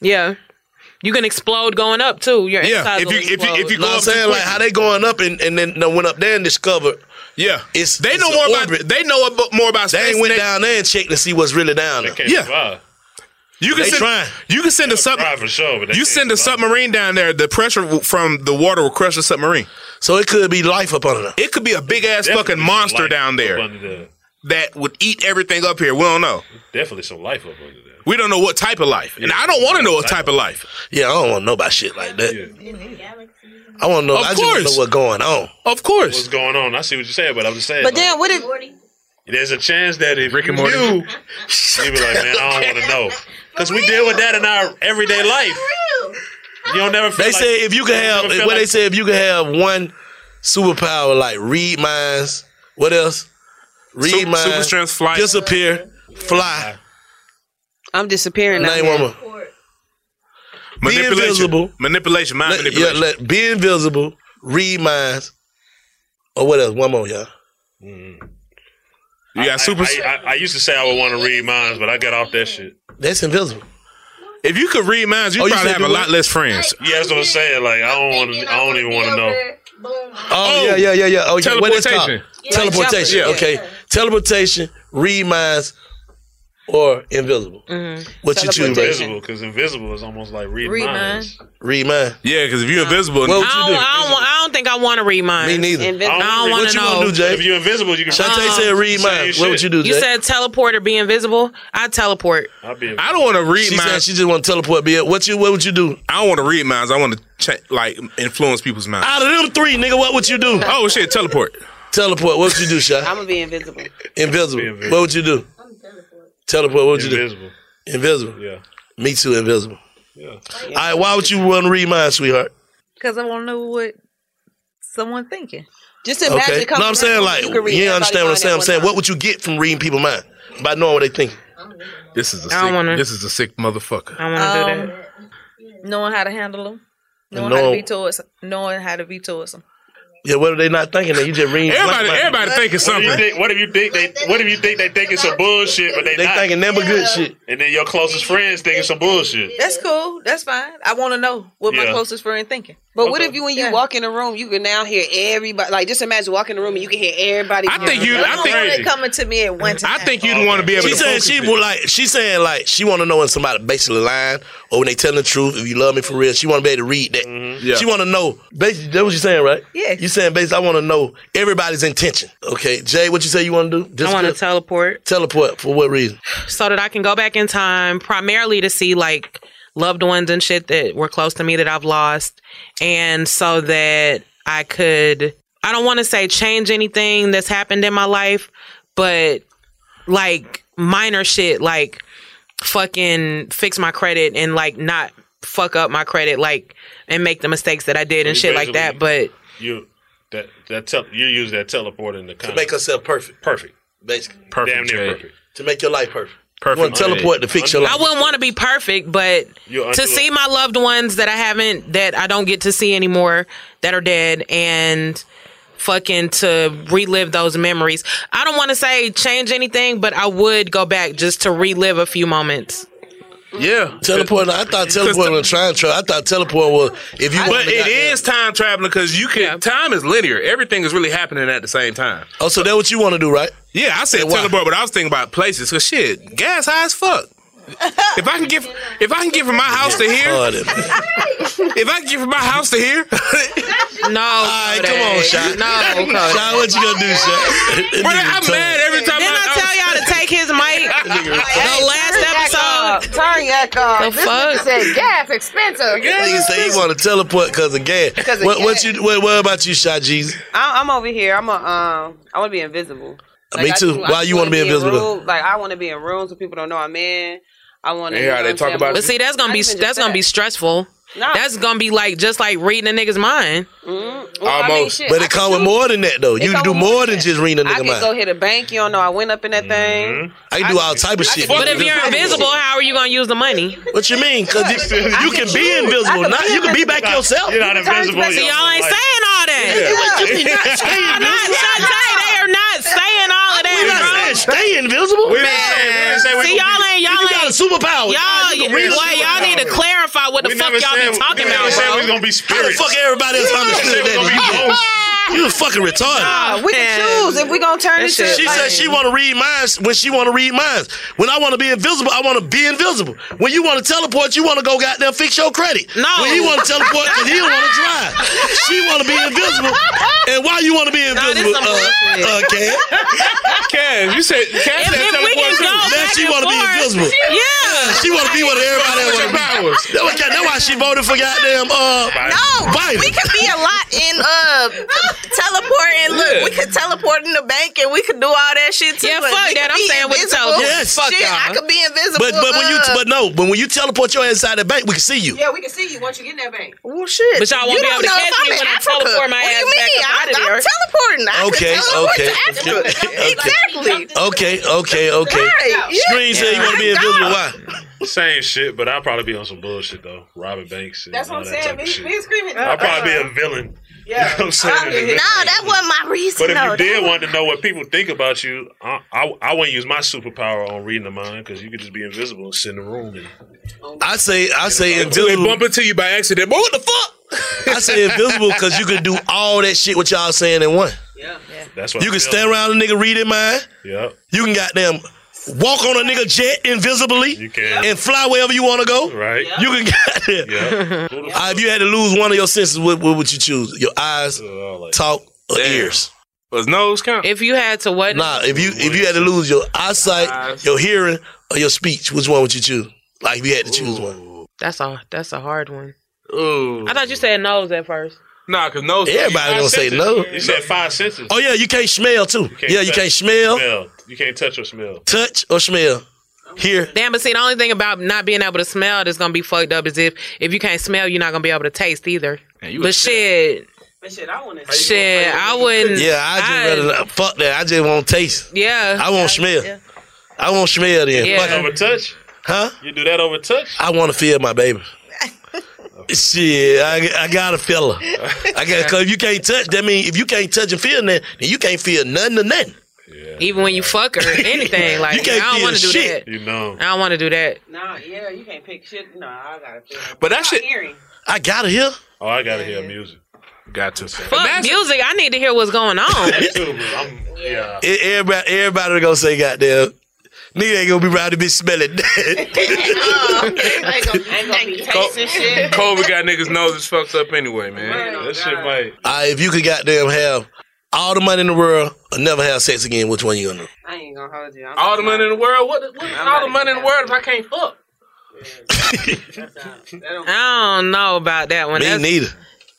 Speaker 4: Yeah, you can explode going up too. Your insides will explode.
Speaker 5: Know what I'm saying like how they going up and, and then they went up there and discovered.
Speaker 6: Yeah,
Speaker 5: it's
Speaker 6: They
Speaker 5: it's
Speaker 6: know
Speaker 5: an
Speaker 6: more about-
Speaker 5: orbit.
Speaker 6: They know ab- more about.
Speaker 5: They
Speaker 6: space
Speaker 5: ain't went
Speaker 6: than they-
Speaker 5: down there and checked to see what's really down there.
Speaker 6: Yeah. You can
Speaker 5: They
Speaker 6: send,
Speaker 5: trying.
Speaker 6: You can send a sub. you send a submarine down there. The pressure w- from the water will crush the submarine.
Speaker 5: So it could be life up under there.
Speaker 6: It could be a big ass
Speaker 3: Definitely
Speaker 6: fucking monster
Speaker 3: life
Speaker 6: down there
Speaker 3: up under there.
Speaker 6: that would eat everything up here. We don't know.
Speaker 3: Definitely some life up under there.
Speaker 6: We don't know what type of life, and I don't want to know what type of life.
Speaker 5: Yeah, I don't want to know about shit like that. I want to know.
Speaker 3: Of
Speaker 5: I just want to know
Speaker 3: course.
Speaker 5: what's going on.
Speaker 6: Of course.
Speaker 3: What's going on? I see what you're saying, but I'm just saying.
Speaker 7: But
Speaker 3: like,
Speaker 7: then what if
Speaker 3: there's a chance that if Rick you
Speaker 6: and Morty.
Speaker 3: knew, you'd be like, man, I don't want to know, because we deal with that in our everyday life. You don't never. Feel
Speaker 5: They
Speaker 3: like-
Speaker 5: said if you
Speaker 3: don't
Speaker 5: could
Speaker 3: never
Speaker 5: have
Speaker 3: feel
Speaker 5: what
Speaker 3: like-
Speaker 5: they said if you could have one superpower like read minds. What else? Read
Speaker 6: Super-
Speaker 5: minds.
Speaker 6: super strength, fly.
Speaker 5: Disappear. Fly.
Speaker 7: I'm disappearing now?
Speaker 5: Name one more.
Speaker 6: Manipulation.
Speaker 5: Be invisible.
Speaker 6: Manipulation. Mind
Speaker 5: Let-
Speaker 6: manipulation.
Speaker 5: Yeah, let, be invisible. Read minds. Or Oh, what else? One more, y'all.
Speaker 3: You got super. I, I, I used to say I would want to read minds, but I got off that shit.
Speaker 5: That's invisible. Oh,
Speaker 3: If you could read minds,
Speaker 5: you probably have a lot less
Speaker 3: friends. Yeah, that's what I'm saying. Like I don't want to. I don't even want to know.
Speaker 5: Oh, yeah, yeah, yeah, yeah. Oh, yeah. What is it called?
Speaker 3: Teleportation. Yeah,
Speaker 5: Teleportation.
Speaker 3: yeah.
Speaker 5: Okay. Teleportation, read minds, or invisible. What you choose,
Speaker 3: Invisible,
Speaker 5: baby?
Speaker 3: because invisible is almost like reading
Speaker 4: Read
Speaker 3: minds.
Speaker 5: Read mind.
Speaker 8: Yeah, because if you're invisible,
Speaker 4: I, don't, I, don't, want- I don't think I want to read mine.
Speaker 5: Me neither.
Speaker 4: I don't want to know.
Speaker 3: If you're invisible, you can.
Speaker 5: Shantae said read mine. What would you do,
Speaker 4: You
Speaker 5: Jay?
Speaker 4: said teleport or be invisible. I teleport.
Speaker 3: I'll be
Speaker 8: I don't want to read
Speaker 5: She
Speaker 8: minds.
Speaker 5: said she just want to teleport. Bill, what you? What would you do?
Speaker 8: I don't want to read minds. I want to check, like influence people's minds.
Speaker 5: Out of them three, nigga, what would you do?
Speaker 8: Oh shit, teleport.
Speaker 5: Teleport. What would you do, Shy?
Speaker 7: I'm gonna be invisible.
Speaker 5: Invisible. What would you do? Teleport. What would
Speaker 3: Invisible.
Speaker 5: you do? Invisible.
Speaker 3: Yeah.
Speaker 5: Me too. Invisible.
Speaker 3: Yeah.
Speaker 5: All right. Why would you want to read mine, sweetheart?
Speaker 10: Because I want to know what someone thinking.
Speaker 7: Just
Speaker 5: Okay. No, I'm saying like you, don't understand what I'm saying. I'm saying what would you get from reading people's mind by knowing what they think?
Speaker 8: This is a
Speaker 10: I don't
Speaker 8: sick,
Speaker 10: wanna-
Speaker 8: this is a sick motherfucker.
Speaker 4: I
Speaker 10: Um, Knowing how to handle them. Knowing
Speaker 5: And
Speaker 10: how
Speaker 5: know-
Speaker 10: to be towards knowing how to be towards them.
Speaker 5: Yeah. What are they not thinking? That you just reading.
Speaker 8: Everybody- everybody thinking
Speaker 3: What if you think, what if you think they? What if you think they thinking some bullshit, but they,
Speaker 5: They
Speaker 3: not?
Speaker 5: thinking them but good shit.
Speaker 3: and then your closest friends thinking some bullshit.
Speaker 10: That's cool. That's fine. I want to know what my
Speaker 3: Yeah.
Speaker 10: closest friend thinking.
Speaker 7: But what if you when you walk in a room, you can now hear everybody. Like just imagine walking in the room and you can hear everybody. I
Speaker 8: think you- I think-
Speaker 10: they coming to me at one time.
Speaker 8: I think you'd want to be able.
Speaker 5: She
Speaker 8: to
Speaker 5: said
Speaker 8: focus
Speaker 5: she
Speaker 8: it.
Speaker 5: would like. She saying like she want to know when somebody basically lying or when they telling the truth. If you love me for real, she want to be able to read that.
Speaker 8: Mm-hmm. Yeah.
Speaker 5: She want to know. Basically, that's what you saying, right?
Speaker 10: Yeah.
Speaker 5: You saying basically, I want to know everybody's intention. Okay, Jay, what you say you want to do?
Speaker 4: I want to
Speaker 5: good.
Speaker 4: teleport
Speaker 5: teleport for what reason?
Speaker 4: so that I can go back in time, primarily to see like loved ones and shit that were close to me that I've lost, and so that I could. I don't want to say change anything that's happened in my life, but like minor shit, like fucking fix my credit and like not fuck up my credit, like and make the mistakes that I did and
Speaker 3: You
Speaker 4: shit like that. But
Speaker 3: You that that tel- you use that teleport in the
Speaker 5: To make herself perfect,
Speaker 3: perfect,
Speaker 5: basically,
Speaker 3: perfect, damn
Speaker 5: Jay.
Speaker 3: near perfect.
Speaker 5: to make your life perfect. Perfect. You want to teleport to fix your life.
Speaker 4: I wouldn't want to be perfect, but
Speaker 5: You'll undo
Speaker 4: to see my loved ones that I haven't, that I don't get to see anymore, that are dead, and fucking to relive those memories. I don't want to say change anything, but I would go back just to relive a few moments.
Speaker 8: Yeah,
Speaker 5: teleport. I thought teleport was time travel. I thought teleport was if you.
Speaker 8: But
Speaker 5: wanted to
Speaker 8: it
Speaker 5: goddamn-
Speaker 8: is time traveling because you can. Time is linear. Everything is really happening at the same time.
Speaker 5: Oh, so that's what you want to do, right?
Speaker 8: Yeah, I said teleport, but I was thinking about places. Cause shit, gas high as fuck. if I can get, if I can get from my house to here,
Speaker 5: Pardon.
Speaker 8: if I can get from my house to here,
Speaker 4: No,
Speaker 5: come on, Shy.
Speaker 4: No, Kodak.
Speaker 5: Shy, what you gonna do, Shy?
Speaker 8: Brother, I'm mad every time.
Speaker 4: Then I tell y'all to take his mic. the last episode.
Speaker 10: Turn your car.
Speaker 4: The
Speaker 10: This
Speaker 4: fuck?
Speaker 10: nigga said gas expensive.
Speaker 5: Nigga say he want to teleport because of gas.
Speaker 7: 'Cause of
Speaker 5: What, what
Speaker 7: gas.
Speaker 5: you? What, what about you, Shy Jeezy?
Speaker 7: I, I'm over here. I'm a. Um, I want to be invisible.
Speaker 5: Me
Speaker 7: I
Speaker 5: too.
Speaker 7: just- I
Speaker 5: Why
Speaker 7: just
Speaker 5: you wanna
Speaker 7: wanna
Speaker 5: be
Speaker 7: in
Speaker 5: invisible?
Speaker 7: rooms- Like I want to be in rooms where people don't know I'm in. I want to.
Speaker 8: Yeah, they talk about
Speaker 4: But see, that's gonna be that's gonna be stressful.
Speaker 7: Nah.
Speaker 4: That's gonna be like just like reading a nigga's mind.
Speaker 8: Almost.
Speaker 5: but it come with more than that though.
Speaker 7: It
Speaker 5: You
Speaker 7: come
Speaker 5: can do
Speaker 7: with
Speaker 5: more than just reading a
Speaker 7: I
Speaker 5: nigga
Speaker 7: can
Speaker 5: mind.
Speaker 7: go hit a bank. You don't know I went up in that
Speaker 4: Mm-hmm.
Speaker 7: thing.
Speaker 5: I can do all type of shit.
Speaker 4: But if you're invisible, how are you gonna use the money?
Speaker 5: What you mean? Because you, you can be invisible. Not you can be back yourself.
Speaker 3: You're not invisible.
Speaker 4: See, y'all ain't saying all that.
Speaker 5: Yeah, what you mean, not stay
Speaker 4: Y'all not, Shantae, they are not saying all of
Speaker 5: We not
Speaker 4: that.
Speaker 5: saying stay invisible.
Speaker 3: We didn't say- we didn't say
Speaker 4: bro.
Speaker 3: we-
Speaker 4: See, y'all ain't,
Speaker 5: you
Speaker 4: y'all
Speaker 5: got a
Speaker 4: ain't.
Speaker 5: superpower.
Speaker 4: Y'all,
Speaker 5: you
Speaker 4: y'all,
Speaker 5: can read a
Speaker 4: y'all need to
Speaker 5: superpower.
Speaker 4: clarify what the
Speaker 3: We
Speaker 4: fuck
Speaker 3: never
Speaker 4: y'all
Speaker 3: said-
Speaker 4: been talking
Speaker 3: we never
Speaker 4: about,
Speaker 3: said we was
Speaker 4: bro.
Speaker 3: gonna be
Speaker 5: How the
Speaker 3: spirits.
Speaker 5: fuck everybody else understood
Speaker 3: It's gonna be bones.
Speaker 5: that? You fucking retarded.
Speaker 7: We can choose if we gonna turn
Speaker 4: That
Speaker 7: into.
Speaker 4: shit-
Speaker 5: She
Speaker 7: like,
Speaker 5: said she want to read minds when she want to read minds. When I want to be invisible, I want to be invisible. When you want to teleport, you want to go goddamn fix your credit.
Speaker 4: No.
Speaker 5: When you want to teleport, because he don't want to drive. She want to be invisible. And why you want to be
Speaker 4: this
Speaker 5: invisible,
Speaker 4: some
Speaker 5: uh, uh, Cam?
Speaker 8: Cass, you said Cass
Speaker 4: If,
Speaker 8: said
Speaker 4: if we can
Speaker 8: teleport
Speaker 4: go
Speaker 8: too.
Speaker 5: Now
Speaker 4: back
Speaker 5: she
Speaker 4: and
Speaker 5: wanna be
Speaker 4: forth-
Speaker 5: invisible.
Speaker 4: Yeah.
Speaker 5: She want to be with everybody else.
Speaker 8: What's your powers?
Speaker 5: That's why- that's why she voted for goddamn uh,
Speaker 10: No,
Speaker 5: Biden.
Speaker 10: we could be a lot in uh teleporting. Look, we could teleport in the bank and we could do all that shit too.
Speaker 4: Yeah,
Speaker 10: but
Speaker 4: fuck
Speaker 10: we
Speaker 4: that.
Speaker 10: could
Speaker 4: I'm
Speaker 10: be
Speaker 4: saying with the
Speaker 10: invisible.
Speaker 4: teleport.
Speaker 5: Yes.
Speaker 4: Fuck
Speaker 10: shit, I
Speaker 4: y'all.
Speaker 10: could be invisible.
Speaker 5: But but when you
Speaker 10: uh,
Speaker 5: but no, but when you teleport your inside the bank, we can see you.
Speaker 7: yeah, we can see you once you get in that bank.
Speaker 10: well, shit.
Speaker 4: But y'all
Speaker 10: you
Speaker 4: won't be
Speaker 10: don't
Speaker 4: able to
Speaker 10: know
Speaker 4: catch
Speaker 10: if I'm
Speaker 4: me when
Speaker 10: in
Speaker 4: I
Speaker 10: Africa.
Speaker 4: teleport my
Speaker 10: What do you
Speaker 4: ass back
Speaker 10: mean?
Speaker 4: up
Speaker 10: I'm,
Speaker 4: outta
Speaker 10: I'm
Speaker 4: there.
Speaker 10: teleporting. I could
Speaker 5: Okay,
Speaker 10: teleport
Speaker 5: okay.
Speaker 10: to Africa.
Speaker 5: Okay.
Speaker 10: Exactly.
Speaker 5: Okay, okay, okay.
Speaker 10: Right. Yeah.
Speaker 5: Screen said you want to be invisible. Why?
Speaker 3: Same shit, but I'll probably be on some bullshit though. Robbing banks. And
Speaker 7: That's
Speaker 3: all
Speaker 7: what I'm
Speaker 3: that
Speaker 7: saying.
Speaker 3: Type of
Speaker 7: Me,
Speaker 3: shit.
Speaker 7: me and screaming.
Speaker 3: I'll probably be a villain. Yeah. You know what I'm saying?
Speaker 10: Uh, no, that wasn't my reason.
Speaker 3: But if
Speaker 10: no,
Speaker 3: you
Speaker 10: that
Speaker 3: did
Speaker 10: was-
Speaker 3: want to know what people think about you, I, I, I wouldn't use my superpower on reading the mind because you could just be invisible and sit in the room. And,
Speaker 5: I say I say
Speaker 3: Until they
Speaker 5: invisible.
Speaker 3: bump
Speaker 5: into you by accident. But what the fuck? I say invisible because you can do all that shit what y'all saying in one.
Speaker 3: that's what
Speaker 5: You
Speaker 3: I
Speaker 5: can
Speaker 3: feel.
Speaker 5: stand around a nigga reading mind.
Speaker 3: Yep.
Speaker 5: You can goddamn walk on a nigga jet invisibly. You
Speaker 3: can.
Speaker 5: And fly wherever you want to go.
Speaker 3: Right.
Speaker 5: You can goddamn.
Speaker 3: Yeah.
Speaker 5: Uh, if you had to lose one of your senses, what, what would you choose? Your eyes, talk, or ears?
Speaker 8: Was nose count?
Speaker 4: If you had to what?
Speaker 5: Nah, if you if you had to lose your eyesight, your hearing, or your speech, which one would you choose? Like if you had to choose one.
Speaker 4: That's a that's a hard one.
Speaker 8: Ooh.
Speaker 4: I thought you said nose at first.
Speaker 8: Nah, cause nose.
Speaker 5: Everybody gonna say no.
Speaker 3: You said five senses.
Speaker 5: Oh yeah, you can't smell too.
Speaker 3: can't
Speaker 5: yeah, you
Speaker 3: touch-
Speaker 5: can't smell,
Speaker 3: smell. You can't touch or smell.
Speaker 5: touch, or smell. Here.
Speaker 4: Damn, but see, the only thing about not being able to smell that's gonna be fucked up is if if you can't smell, you're not gonna be able to taste either. but shit,
Speaker 7: But shit, I want to.
Speaker 4: shit, I wouldn't.
Speaker 5: Yeah, I just rather not- fuck that. I just won't taste.
Speaker 4: Yeah,
Speaker 5: I won't smell.
Speaker 4: yeah.
Speaker 5: I won't smell then.
Speaker 3: You do
Speaker 5: Fuck
Speaker 3: that
Speaker 5: it.
Speaker 3: over touch?
Speaker 5: Huh?
Speaker 3: You do that over touch?
Speaker 5: I want to feel my baby. Shit, I, I got a fella. I got because if you can't touch, that mean if you can't touch and feel nothing, then you can't feel nothing to nothing.
Speaker 4: Even when you fuck her, anything like
Speaker 5: You can't
Speaker 4: I don't
Speaker 5: feel
Speaker 4: want to do
Speaker 5: shit.
Speaker 4: that.
Speaker 3: You know.
Speaker 4: I don't want to do that.
Speaker 7: Nah, yeah, you can't pick shit. No, I gotta. Pick.
Speaker 8: But that shit.
Speaker 7: Hearing.
Speaker 5: I gotta hear.
Speaker 3: Oh, I gotta hear music.
Speaker 8: Got to.
Speaker 4: Fuck music. I need to hear what's going on.
Speaker 3: yeah.
Speaker 5: E- Everybody, everybody gonna say, "Goddamn, nigga ain't gonna be around to be smelling." that."
Speaker 7: ain't gonna, ain't gonna be tasting shit.
Speaker 8: COVID got niggas' noses fucked up anyway, man.
Speaker 3: that shit might.
Speaker 5: Alright, if you could goddamn have all the money in the world or never have sex again, which one you gonna do?
Speaker 7: I ain't gonna hold you. I'm
Speaker 8: All the money in the world. What? What is all the money in the world if I can't fuck?
Speaker 4: I don't know about that one.
Speaker 5: Me
Speaker 4: that's,
Speaker 5: neither.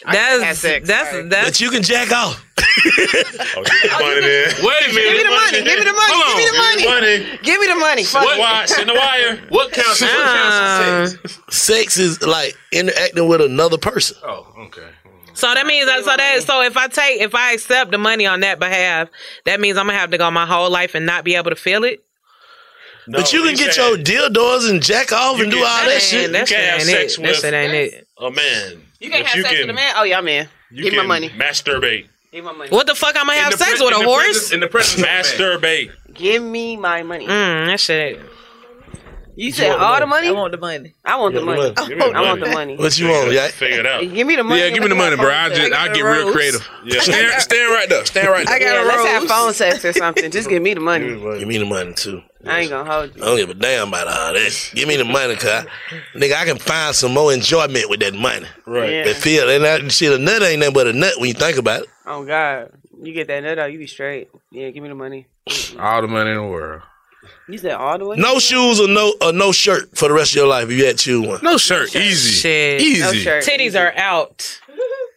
Speaker 4: That's that's that's,
Speaker 5: But you can jack off.
Speaker 8: Wait a minute.
Speaker 7: Give me the money. Give me the money.
Speaker 8: Hold
Speaker 7: Give me the
Speaker 8: on.
Speaker 7: money. Give me the money.
Speaker 8: What- Watch in the wire. What counts? What counts as sex?
Speaker 5: Sex is like interacting with another person.
Speaker 8: Oh, okay.
Speaker 4: So that means so that so if I take if I accept the money on that behalf, that means I'm gonna have to go my whole life and not be able to feel it.
Speaker 5: but you can
Speaker 4: he
Speaker 5: get
Speaker 4: said-
Speaker 5: your dildos and jack off and do all that,
Speaker 4: That
Speaker 5: shit.
Speaker 4: ain't- that You can't shit have ain't sex it. That with- shit ain't it.
Speaker 3: A man.
Speaker 7: You can't
Speaker 3: But
Speaker 7: have
Speaker 3: you
Speaker 7: sex
Speaker 3: can-
Speaker 7: with a man. Oh yeah, man.
Speaker 3: You
Speaker 7: Give me
Speaker 3: can
Speaker 7: my money.
Speaker 3: Masturbate.
Speaker 7: Give me my money.
Speaker 4: What the fuck? I'm gonna have sex with a horse?
Speaker 8: in the presence.
Speaker 3: Masturbate.
Speaker 7: Give me my money.
Speaker 4: Mm, that shit.
Speaker 7: You said
Speaker 4: want the
Speaker 7: all
Speaker 4: money?
Speaker 7: the money? I
Speaker 4: want the money.
Speaker 7: I want the money.
Speaker 4: You want the money. Give me the
Speaker 7: I want the
Speaker 4: money.
Speaker 7: money.
Speaker 5: What you want? Yeah.
Speaker 3: Figure it out.
Speaker 7: Give me the money.
Speaker 8: Yeah, give me the money, bro. I just I get real creative.
Speaker 3: Yeah.
Speaker 8: Stand, stand right there. Stand right there.
Speaker 7: I got a Let's have phone sex or something. Just give me the money.
Speaker 5: Give me the money too.
Speaker 7: I ain't gonna hold
Speaker 5: I
Speaker 7: you.
Speaker 5: don't give a damn about all that. Give me the money, cause I, nigga, I can find some more enjoyment with that money.
Speaker 3: Right.
Speaker 7: Yeah.
Speaker 5: That feel and that shit. A nut ain't nothing but a nut when you think about it.
Speaker 7: Oh God, you get that nut out, you be straight. Yeah, give me the money.
Speaker 8: All the money in the world.
Speaker 7: You said all the way.
Speaker 5: No shoes or no or no shirt for the rest of your life if you had to choose one.
Speaker 8: No shirt, easy,
Speaker 4: Shit.
Speaker 5: easy.
Speaker 7: No shirt.
Speaker 4: Titties are out.